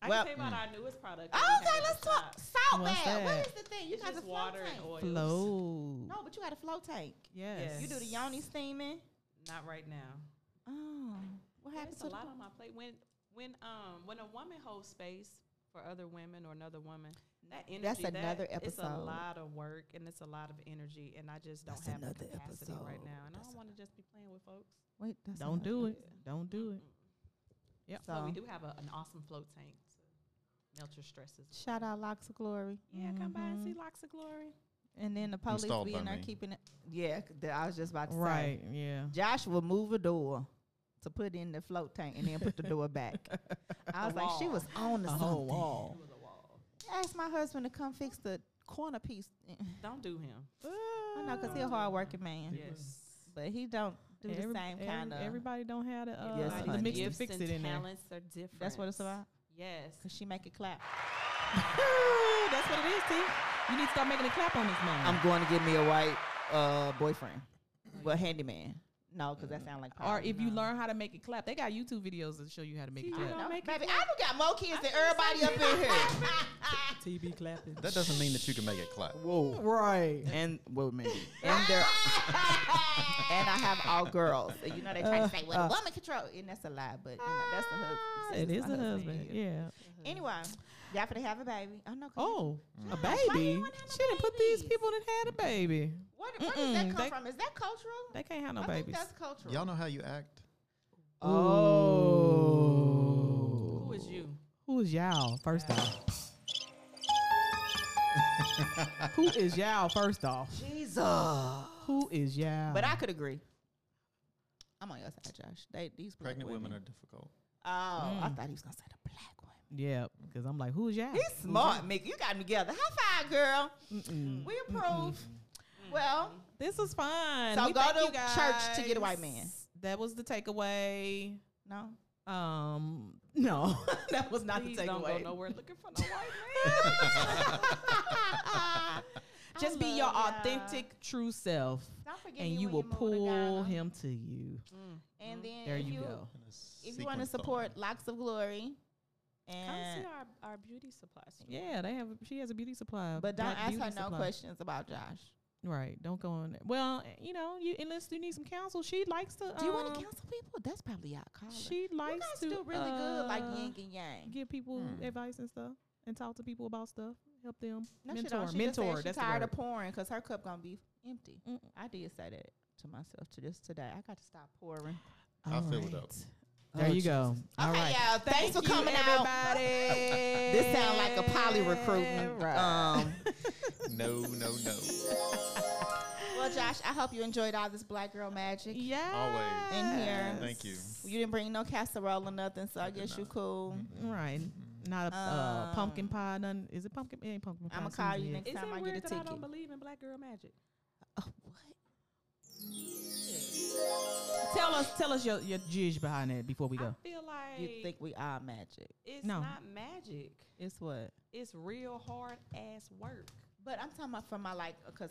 I Well- can tell you Mm. about our newest product. that Oh, we have okay, in let's the talk shop. salt What's bath. What that? is the thing? You It's got the just flow water tank. and oil. Flow. No, but you got a flow tank. Yes. You do the yoni steaming. Not right now. Oh, what happened It's to a the lot on my plate. When when um when a woman holds space for other women or another woman, that energy That's that- another It's a episode. lot of work and it's a lot of energy, and I just don't That's have the another capacity right episode. now. And I That's don't want to just be playing with folks. Wait, that's Don't do it. Yeah. Don't do it. Yep. So we So, do have a, an awesome float tank to melt your stresses. with. shout out Locks of Glory. Yeah, come by and see Mhm. Locks of Glory. And then the police Installed be by in there me. keeping it. Yeah, c- that I was just about to say. Right. Yeah. Josh will move a door to put in the float tank and then put the door [LAUGHS] back. I was like, she was on the A whole wall. It was a wall. Ask my husband to come fix the corner piece. [LAUGHS] Don't do him. I know, cause he's a hard working man, Yes. but he don't do Every- the same every- kind of. Everybody don't have the, uh, Yes, the honey. mix to Gifts fix and it in there. talents are different. That's what it's about. Yes. Cause she make it clap. [LAUGHS] That's what it is, T. You need to start making a clap on this man. I'm going to get me a white uh, boyfriend, well handyman. No, because that sounds like Oh, Or poverty. if you No. learn how to make it clap, they got YouTube videos that show you how to make it See, you clap. don't No, make it baby, I do got more kids than everybody up [LAUGHS] in here. TV clapping. That doesn't mean that you can make it clap. [LAUGHS] Whoa. Right. And well, [LAUGHS] maybe. and they're and I have all girls. And you know they try Uh, to say, "Well, woman control," and that's a lie. But you know, that's the husband. It is a husband. Yeah. Anyway, y'all finna have a baby. Oh no. 'cause Oh, a Why you baby. wanna have She no didn't put these babies? people that had a baby. you- Where, where does that Mm-mm, come they- from? Is that cultural? They can't have no I think babies. that's cultural. Y'all know how you act. Oh. Who is you? Who is y'all? First off. [LAUGHS] Who is y'all? First off. Jesus. Who is y'all? But I could agree. I'm on your side, Josh. They these black Pregnant women are difficult. Oh, I Mm. thought he was gonna say the black women. Mm-hmm. yeah, because I'm like, who's y'all? He's smart, Mickey. You got him together. High five, girl. Mm-mm. We approve. Well, This was fun. So We go thank to you church to get a white guys. man. That was the takeaway. no. Um, no, [LAUGHS] that was not Please the don't go takeaway. nowhere looking for [LAUGHS] no white Just I be your love y'all. authentic, true self, Don't forget and me you when will move to pull Ghana. him to you. Mm. And then There if you, you go. And it's if you want to sequenced support on. Locks of Glory, Come and see our, our beauty supply store. Yeah, they have. She has a beauty supply, but don't Black ask Beauty her no Supply. questions about Josh. Right? Don't go on. There. Well, you know, you unless you need some counsel, she likes to. Do you want um, to counsel people? That's probably y'all calling. She you likes guys to do really good, like uh, yin and yang. give people Hmm. advice and stuff, and talk to people about stuff. Help them. No, she don't. mentor, She just said mentor. She That's the tired word. of pouring because her cup gonna be empty. Mm. I did say that to myself to this today. I got to stop pouring. I filled it up. There you go. All okay, right. y'all. Thanks for coming out. This sounds like a poly recruitment. [LAUGHS] Um, No, no, no. well, Josh, I hope you enjoyed all this black girl magic. yeah. Always. in here. Thank you. You didn't bring no casserole or nothing, so I, I did guess you not. cool. Right. Not a uh, Um, pumpkin pie. None. Is it pumpkin? It ain't pumpkin pie. I'ma season call you yet. next- Is Time I it get weird a that I ticket. don't believe in black girl magic? Mm-hmm. Oh, what? Tell us. Tell us your your judge behind it before we I go. feel like You think we are magic? it's No. not magic. It's what? It's real hard ass work. But I'm talking about for my like, cause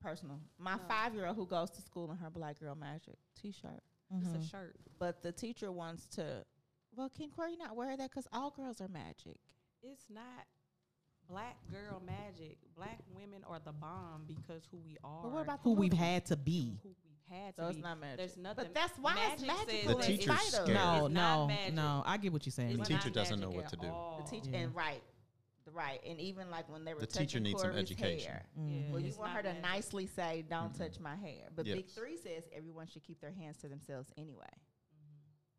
personal. My five year old who goes to school in her black girl magic t-shirt, Mm-hmm. It's a shirt. but the teacher wants to. Well, can Corey not wear that? Cause all girls are magic. It's not black girl magic. Black women are the bomb because who we are. But what about the Who we've movie? had to be. who we've had to So it's be. not magic. There's nothing. But that's why it's magic magical says The in teacher's spite of. scared. No, It's no, not magic. no. I get what you're saying. It's The not It's teacher doesn't magic know what at to do. The all. teacher Yeah. and right, the right, and even like when they were The touching teacher needs some Corey's education. hair. mm, Yeah, Well, you it's want not her to magic. nicely say, "Don't touch my hair," but Big Yes. Three says everyone should keep their hands to themselves anyway.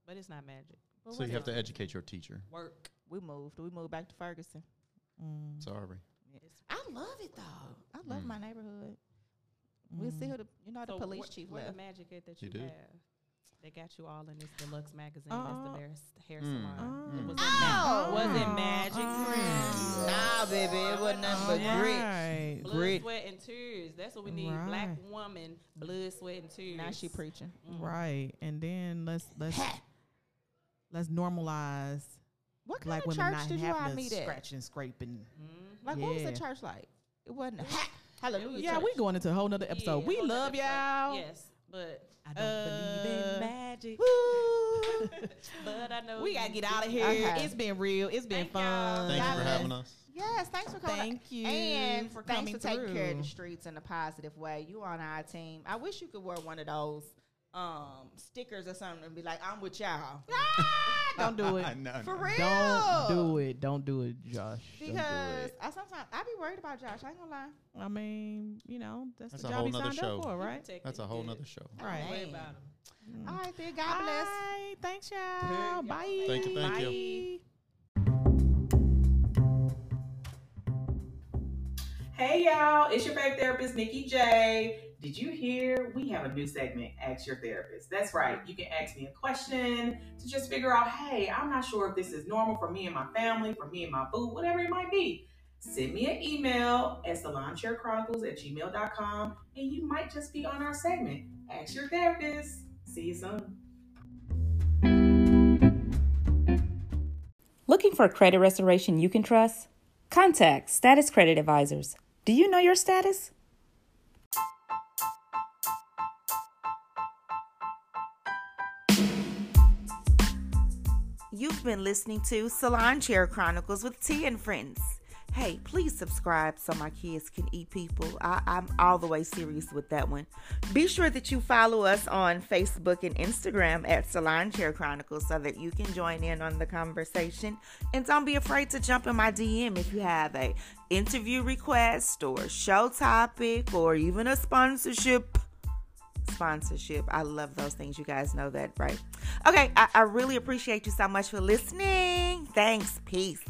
But it's not magic. But So what you have is to educate your teacher. work. We moved. We moved back to Ferguson. Mm. Sorry. I love it though. I love Mm. my neighborhood. We'll see who the you know the So police where- chief where left. the magic at that You you, do. have? They got you all in this deluxe magazine. Oh. That's the best hair Mm. salon. It Mm. was, in Oh. was it magic? Ah. Oh. Nah, baby, it wasn't nothing but grit. Right. Blood, Grit. sweat, and tears. That's what we need. Black Right. woman, blood, sweat, and tears. Now she preaching. Right. And then let's let's let's normalize What kind black of women church not did you all having meet to at? scratch and scrape and Mm-hmm. Like, what was the Yeah. church like? It wasn't. Hallelujah. yeah, church. we going into a whole nother Yeah, episode. we whole nother love episode. y'all. Yes, but I don't believe in magic. [LAUGHS] but I know We you gotta get do. out of here. Okay. It's been real. It's been Thank fun. y'all. Thank you for Fabulous. having us. Yes, thanks for coming. Thank you and for thanks coming for taking care of through. the streets in a positive way. You on our team. I wish you could wear one of those um, stickers or something and be like, "I'm with y'all." [LAUGHS] Don't do [LAUGHS] it. no, For real, Don't do it. Don't do it, Josh. Don't do Because it. I sometimes I be worried about Josh. I ain't gonna lie. I mean, you know, that's, That's the a job whole he nother signed show. up for, right? Protect That's it a whole good. nother show. Right. Don't worry About 'em. All right, then. God bless. Bye. Thanks, y'all. Peace. Bye. Thank you, thank you. Bye. Hey y'all, it's your favorite therapist, Nikki J. Did you hear? We have a new segment, Ask Your Therapist. That's right, you can ask me a question to just figure out, hey, I'm not sure if this is normal for me and my family, for me and my boo, whatever it might be. Send me an email at salonchairchronicles at gmail.com and you might just be on our segment, Ask Your Therapist. See you soon. Looking for credit restoration you can trust? Contact Status Credit Advisors. Do you know your status? You've been listening to Salon Chair Chronicles with T and Friends. Hey, please subscribe so my kids can eat people. I, I'm all the way serious with that one. Be sure that you follow us on Facebook and Instagram at Salon Chair Chronicles so that you can join in on the conversation. And don't be afraid to jump in my DM if you have a interview request or show topic or even a sponsorship sponsorship. I love those things. You guys know that, right? Okay, I, I really appreciate you so much for listening. Thanks. Peace.